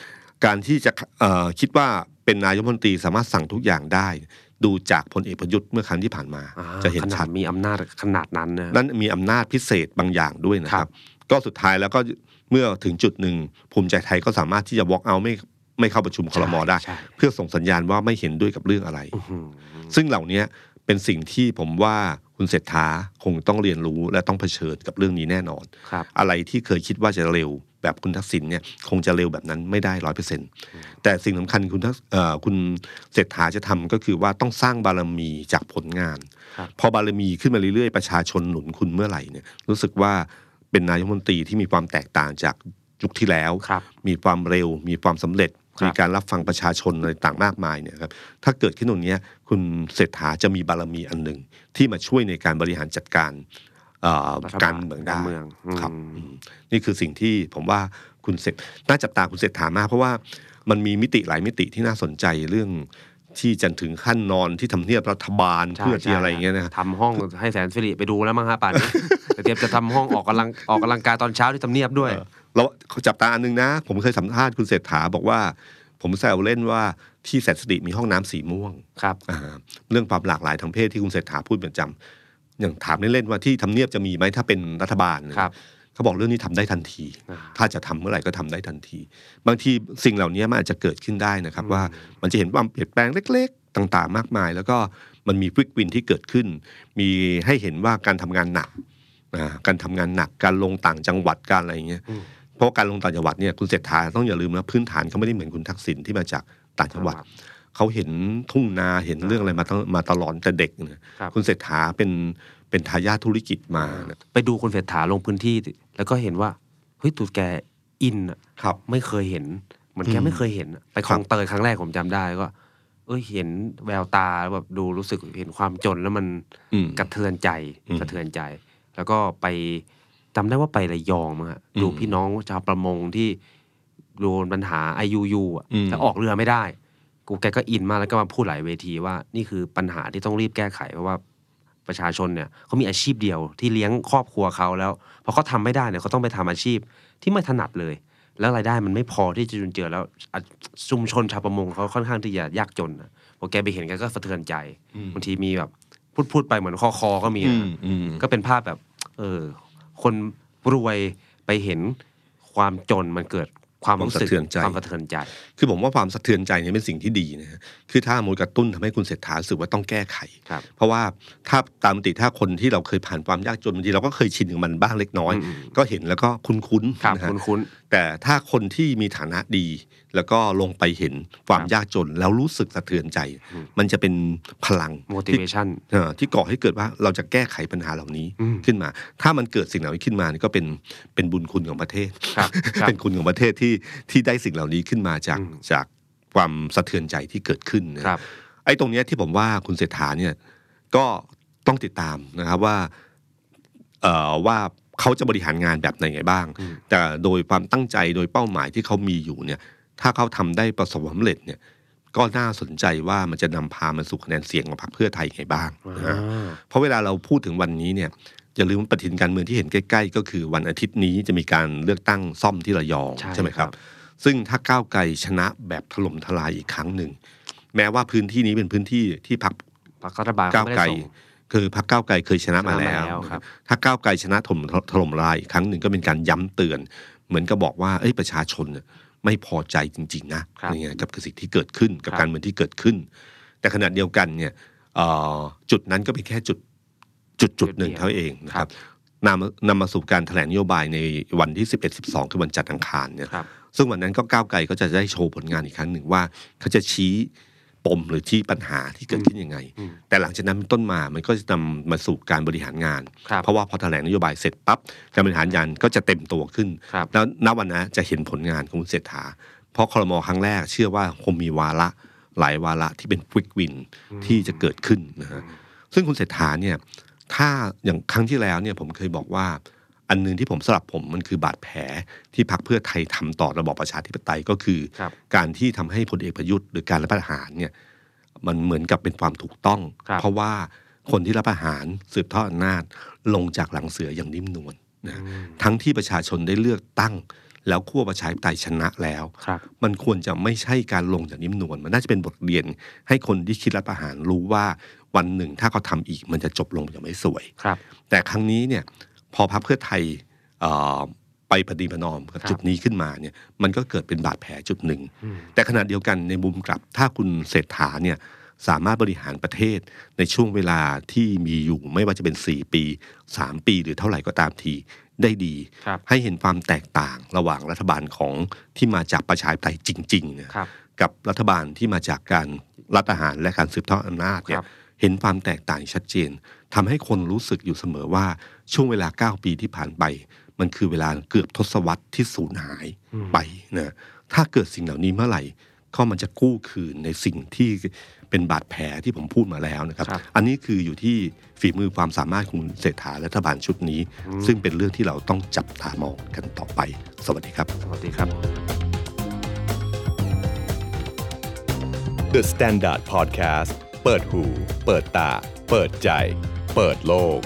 Speaker 2: การที่จะเอ่อคิดว่าเป็นนายกรัฐมนตรีสามารถสั่งทุกอย่างได้ ดูจากพลเอกประยุทธ์เมื่อครั้งที่ผ่านมา
Speaker 3: อ่า
Speaker 2: จะเห็น
Speaker 3: ขนา
Speaker 2: ชัด
Speaker 3: ดมีอำนาจขนาดนั้นนะ
Speaker 2: นั่นมีอำนาจพิเศษบางอย่างด้วยนะค
Speaker 3: ครั
Speaker 2: รับ บ ก็สุดท้ายแล้วก็เมื่อถึงจุดหนึ่ง ภูมิใจไทยก็สามารถที่จะ walk out ไม่ไม่เข้าประชุมคลมได้
Speaker 3: ใช่
Speaker 2: เพื่อส่งสัญญาณว่าไม่เห็นด้วยกับเรื่องอะไร
Speaker 3: อื้อหือ
Speaker 2: ซึ่งเหล่านี้เป็นสิ่งที่ผมว่าคุณเศรษฐาคงต้องเรียนรู้และต้องเผชิญกับเรื่องนี้แน่นอน
Speaker 3: ครับ
Speaker 2: อะไรที่เคยคิดว่าจะเร็วแบบคุณทักษิณเนี่ยคงจะเร็วแบบนั้นไม่ได้ร้อยเปอร์เซ็นต์แต่สิ่งสำคัญคุณทักเอ่อคุณเศรษฐาจะทำก็คือว่าต้องสร้างบารมีจากผลงาน
Speaker 3: ครับ
Speaker 2: พอบารมีขึ้นมาเรื่อยๆ ประชาชนหนุนคุณเมื่อไหร่เนี่ยรู้สึกว่าเป็นนายกรัฐมนตรีที่มีความแตกต่างจากยุคที่แล้ว
Speaker 3: ครับ
Speaker 2: มีความเร็ว มีความสำเร็จ
Speaker 3: ครับ
Speaker 2: มีการรับฟังประชาชนอะไรต่างมากมายเนี่ยครับถ้าเกิดขึ้นตรงเนี้ยคุณเศรษฐาจะมีบารมีอันหนึ่งที่มาช่วยในการบริหารจัดการเอ่อ
Speaker 3: รัฐบล
Speaker 2: การเมืองได้
Speaker 3: การเมือง
Speaker 2: ครับ
Speaker 3: อืม
Speaker 2: อืมนี่คือสิ่งที่ผมว่าคุณเศรษฐน่าจับตาคุณเศรษฐามาก เพราะว่ามันมีมิติหลายมิติที่น่าสนใจเรื่องที่จะถึงขั้นนอนที่ทำเนียบรัฐบาล
Speaker 3: ใช่
Speaker 2: เพื่อที่
Speaker 3: ใช่
Speaker 2: อะไรอย่างเงี้ยนะครับ
Speaker 3: ทำห้องให้แสนสิริไปดูแล้วมั้งฮะ ป่านนี้ เตรียมจะทำห้องออกกำลังออกกำลังกายตอนเช้าที่ทำเนียบด้วย
Speaker 2: เออเราจับตาอันนึงนะ ผมเคยสัมภาษณ์คุณเศรษฐาบอกว่า ผมแซวเล่นว่าที่แสนสิริมีห้องน้ำสีม่วง
Speaker 3: ครับ
Speaker 2: อ่าเรื่องความหลากหลายทางเพศที่คุณเศรษฐาพูดประจำอย่างถามเล่นๆว่าที่ทำเนียบจะมีไหมถ้าเป็นรัฐบาลนะครับ เขาบอกเรื่องนี้ทำได้ทันที
Speaker 3: อ่า
Speaker 2: ถ้าจะทำเมื่อไหร่ก็ทำได้ทันที บางทีสิ่งเหล่านี้มันอาจจะเกิดขึ้นได้นะครับ ว่ามันจะเห็นความเปลี่ยนแปลงเล็ก ๆ ต่างๆ มากมาย แล้วก็มันมีฟิกวินที่เกิดขึ้น มีให้เห็นว่าการทำงานหนักอ่าการทำงานหนักการลงต่างจังหวัดการอะไรอย่างเงี้ย
Speaker 3: อืม
Speaker 2: เพราะว่าการลงต่างจังหวัดเนี่ยคุณเศรษฐาต้องอย่าลืมนะพื้นฐานเขาไม่ได้เหมือนคุณทักษิณที่มาจากต่างจังหวัด เขาเห็นทุ่งนาเห็นเรื่องอะไรมาตั้งมาตลอดแต่เด็กเนี่ย
Speaker 3: ครับ
Speaker 2: คุณเศรษฐาเป็นเป็นทายาทธุรกิจมานะ
Speaker 3: ไปดูคุณเศรษฐาลงพื้นที่ แล้วก็เห็นว่าเฮ้ยตูดแกอินอะ
Speaker 2: ครับ
Speaker 3: ไม่เคยเห็นเหมือนแก
Speaker 2: อืม
Speaker 3: ไม่เคยเห็นอะไปคลองเตยครั้งแรกผมจำได้ก็ เอ้ยเห็นแววตาแล้วแบบดูรู้สึกเห็นความจนแล้วมัน
Speaker 2: อืม
Speaker 3: กระเทือนใจ
Speaker 2: อืม
Speaker 3: กระเทือนใจ แล้วก็ไปจำได้ว่าไประยองมั้งฮะ
Speaker 2: อืม
Speaker 3: ดูพี่น้องชาวประมงที่โดนปัญหาไอยูยูอะ
Speaker 2: อืม
Speaker 3: แล้วออกเรือไม่ได้ กูแกก็อินมากแล้วก็มาพูดหลายเวทีว่านี่คือปัญหาที่ต้องรีบแก้ไขเพราะว่าประชาชนเนี่ยเขามีอาชีพเดียวที่เลี้ยงครอบครัวเขาแล้วพอเขาทำไม่ได้เนี่ยเขาต้องไปทำอาชีพที่ไม่ถนัดเลย แล้วรายได้มันไม่พอที่จะจุนเจือแล้วอ่ะชุมชนชาวประมงเขาค่อนข้างที่จะยากจนนะพอแกไปเห็นแกก็สะเทือนใจบางทีมีแบบพูดพูดไปเหมือนคอคอก็มี
Speaker 2: อื
Speaker 3: นะ
Speaker 2: มอืม
Speaker 3: ก็เป็นภาพแบบ เออ คนรวยไปเห็นความจนมันเกิดความรู้สึ
Speaker 2: ความสะ
Speaker 3: ก
Speaker 2: เทือนใจ
Speaker 3: ความสะเทือนใจ
Speaker 2: คือผมว่าความสะเทือนใจเนี่ยเป็นสิ่งที่ดีนะฮะคือถ้ามูลกระตุ้นทำให้คุณเศรษฐารู้สึกว่าต้องแก้ไข
Speaker 3: ครับ
Speaker 2: เพราะว่าถ้าตามปกติถ้าคนที่เราเคยผ่านความยากจนบางทีเราก็เคยชินกับมันบ้างเล็กน้อย
Speaker 3: อืม
Speaker 2: ก็เห็นแล้วก็คุ้น
Speaker 3: ครั
Speaker 2: ๆ
Speaker 3: บ
Speaker 2: นะฮะ
Speaker 3: คุ้นคุ้น
Speaker 2: แต่ถ้าคนที่มีฐานะดี แล้วก็ลงไปเห็นความ
Speaker 3: ครับ
Speaker 2: ยากจนแล้วรู้สึกสะเทือนใจ
Speaker 3: อืม
Speaker 2: มันจะเป็นพลัง
Speaker 3: motivation
Speaker 2: เอ่อที่ก่อให้เกิดว่าเราจะแก้ไขปัญหาเหล่านี้
Speaker 3: อืม
Speaker 2: ขึ้นมา ถ้ามันเกิดสิ่งเหล่านี้ขึ้นมานี่ก็เป็นเป็นบุญคุณของประเทศ
Speaker 3: ครับครับ
Speaker 2: เป็นคุณของประเทศที่ที่ได้สิ่งเหล่านี้ขึ้นมาจาก
Speaker 3: อืม
Speaker 2: จากความสะเทือนใจที่เกิดขึ้นนะครับ ไอ้ตรงเนี้ยที่ผมว่าคุณเศรษฐาเนี่ยก็ต้องติดตามนะครับว่าเอ่อว่าเขาจะบริหารงานแบบไหนไงบ้าง
Speaker 3: อืม
Speaker 2: แต่โดยความตั้งใจโดยเป้าหมายที่เขามีอยู่เนี่ย ถ้าเขาทำได้ประสบความสำเร็จเนี่ย ก็น่าสนใจว่ามันจะนำพามาสู่คะแนนเสียงของพรรคเพื่อไทยไงบ้างนะฮะ
Speaker 3: อ่า
Speaker 2: เพราะเวลาเราพูดถึงวันนี้เนี่ยอย่าลืมปฏิทินการเมืองที่เห็นใกล้ๆ ก็คือวันอาทิตย์นี้จะมีการเลือกตั้งซ่อมที่ระยอง
Speaker 3: ใช่
Speaker 2: ไหมครับ
Speaker 3: ครับ
Speaker 2: ซึ่งถ้าก้าวไกลชนะแบบถล่มทลายอีกครั้งหนึ่ง แม้ว่าพื้นที่นี้เป็นพื้นที่ที่พัก
Speaker 3: พรรครัฐบาลเขา
Speaker 2: ก้าว
Speaker 3: ไม่
Speaker 2: ไกล
Speaker 3: ได้ส่ง
Speaker 2: คือพรรคก้าวไกลเคยชนะมา
Speaker 3: ชนะมาแล้
Speaker 2: แล้ว ว
Speaker 3: ครับ
Speaker 2: ถ้าก้าวไกลชนะถล่มถล่มลายอีกครั้งหนึ่งก็เป็นการย้ำเตือน เหมือนกับบอกว่าเอ้ยประชาชนเนี่ยไม่พอใจจริง ๆ นะครับ นี่ไงกับสิ่งที่เกิดขึ้นกับ
Speaker 3: ครับ
Speaker 2: การเมืองที่เกิดขึ้น แต่ขณะเดียวกันเนี่ยเอ่อจุดนั้นก็เป็นแค่จุดจุดจุดหนึ่งเท่านั้นเองนะครับ นำนำมาสู่การแถลงนโยบายในวันที่ 11 12 คือวันจันทร์อังคารเนี่ย
Speaker 3: ครับ
Speaker 2: ซึ่งวันนั้นก็ก้าวไกลก็จะได้โชว์ผลงานอีกครั้งหนึ่งว่า เขาจะชี้ปมหรือที่ปัญหาที่เกิดขึ้นยังไง
Speaker 3: อืม
Speaker 2: แต่หลังจากนั้นเป็นต้นมามันก็จะนำมาสู่การบริหารงาน
Speaker 3: ครับ
Speaker 2: เพราะว่าพอแถลงนโยบายเสร็จปั๊บการบริหารงานก็จะเต็มตัวขึ้น
Speaker 3: ครับ
Speaker 2: แล้วณวันนั้นจะเห็นผลงานของคุณเศรษฐา เพราะครมครั้งแรกเชื่อว่าคงมีวาระหลายวาระที่เป็นควิกวินที่จะเกิดขึ้นนะฮะซึ่งคุณเศรษฐาเนี่ยถ้าอย่างครั้งที่แล้วเนี่ยผมเคยบอกว่า อันหนึงที่ผมสำหรับผมมันคือบาดแผลที่พรรคเพื่อไทยทำต่อระบอบประชาธิปไตยก็คือ
Speaker 3: ครับ
Speaker 2: การที่ทำให้พลเอกประยุทธ์หรือการรับประหารเนี่ยมันเหมือนกับเป็นความถูกต้อง
Speaker 3: ครับ
Speaker 2: เพราะว่าคนที่รับประหารสืบทอดอำนาจลงจากหลังเสืออย่างนิ่มนวลนะทั้งที่ประชาชนได้เลือกตั้ง แล้วขั้วประชาธิปไตยชนะแล้ว
Speaker 3: ครับ
Speaker 2: มันควรจะไม่ใช่การลงจากนิ่มนวลมันน่าจะเป็นบทเรียน ให้คนที่คิดรับประหารรู้ว่าวันหนึ่งถ้าเขาทำอีกมันจะจบลงอย่างไม่สวย
Speaker 3: ครับ
Speaker 2: แต่ครั้งนี้เนี่ยพอพรรคเพื่อไทยเอ่อไปปฏิบัตินอมกับ
Speaker 3: ครับ
Speaker 2: จุดนี้ขึ้นมาเนี่ยมันก็เกิดเป็นบาดแผลจุดหนึ่ง แต่ขณะเดียวกันในมุมกลับถ้าคุณเศรษฐาเนี่ยสามารถบริหารประเทศในช่วงเวลาที่มีอยู่ไม่ว่าจะเป็น 4 ปี 3 ปีหรือเท่าไหร่ก็ตามทีได้ดี
Speaker 3: ครับ
Speaker 2: ให้เห็นความแตกต่างระหว่างรัฐบาลของที่มาจากประชาธิปไตยจริงๆเนี่ย
Speaker 3: ครับ
Speaker 2: กับรัฐบาลที่มาจากการรัฐประหารและการสืบทอดอำนาจเนี่
Speaker 3: ครั
Speaker 2: ย
Speaker 3: บ
Speaker 2: เห็นความแตกต่างชัดเจนทำให้คนรู้สึกอยู่เสมอว่าช่วงเวลา 9 ปีที่ผ่านไป มันคือเวลาเกือบทศวรรษที่สูญหายไปนะถ้าเกิดสิ่งเหล่านี้เมื่อไหร่ก็มันจะกู้คืนในสิ่งที่เป็นบาดแผลที่ผมพูดมาแล้วนะครับ
Speaker 3: ครับ
Speaker 2: อันนี้คืออยู่ที่ฝีมือความสามารถของคุณเศรษฐาและรัฐบาลชุดนี้ ซึ่งเป็นเรื่องที่เราต้องจับตามองกันต่อไป สวัสดีครับ
Speaker 3: สวัสดีครับ
Speaker 1: The Standard Podcast เปิดหู เปิดตา เปิดใจ เปิดโลก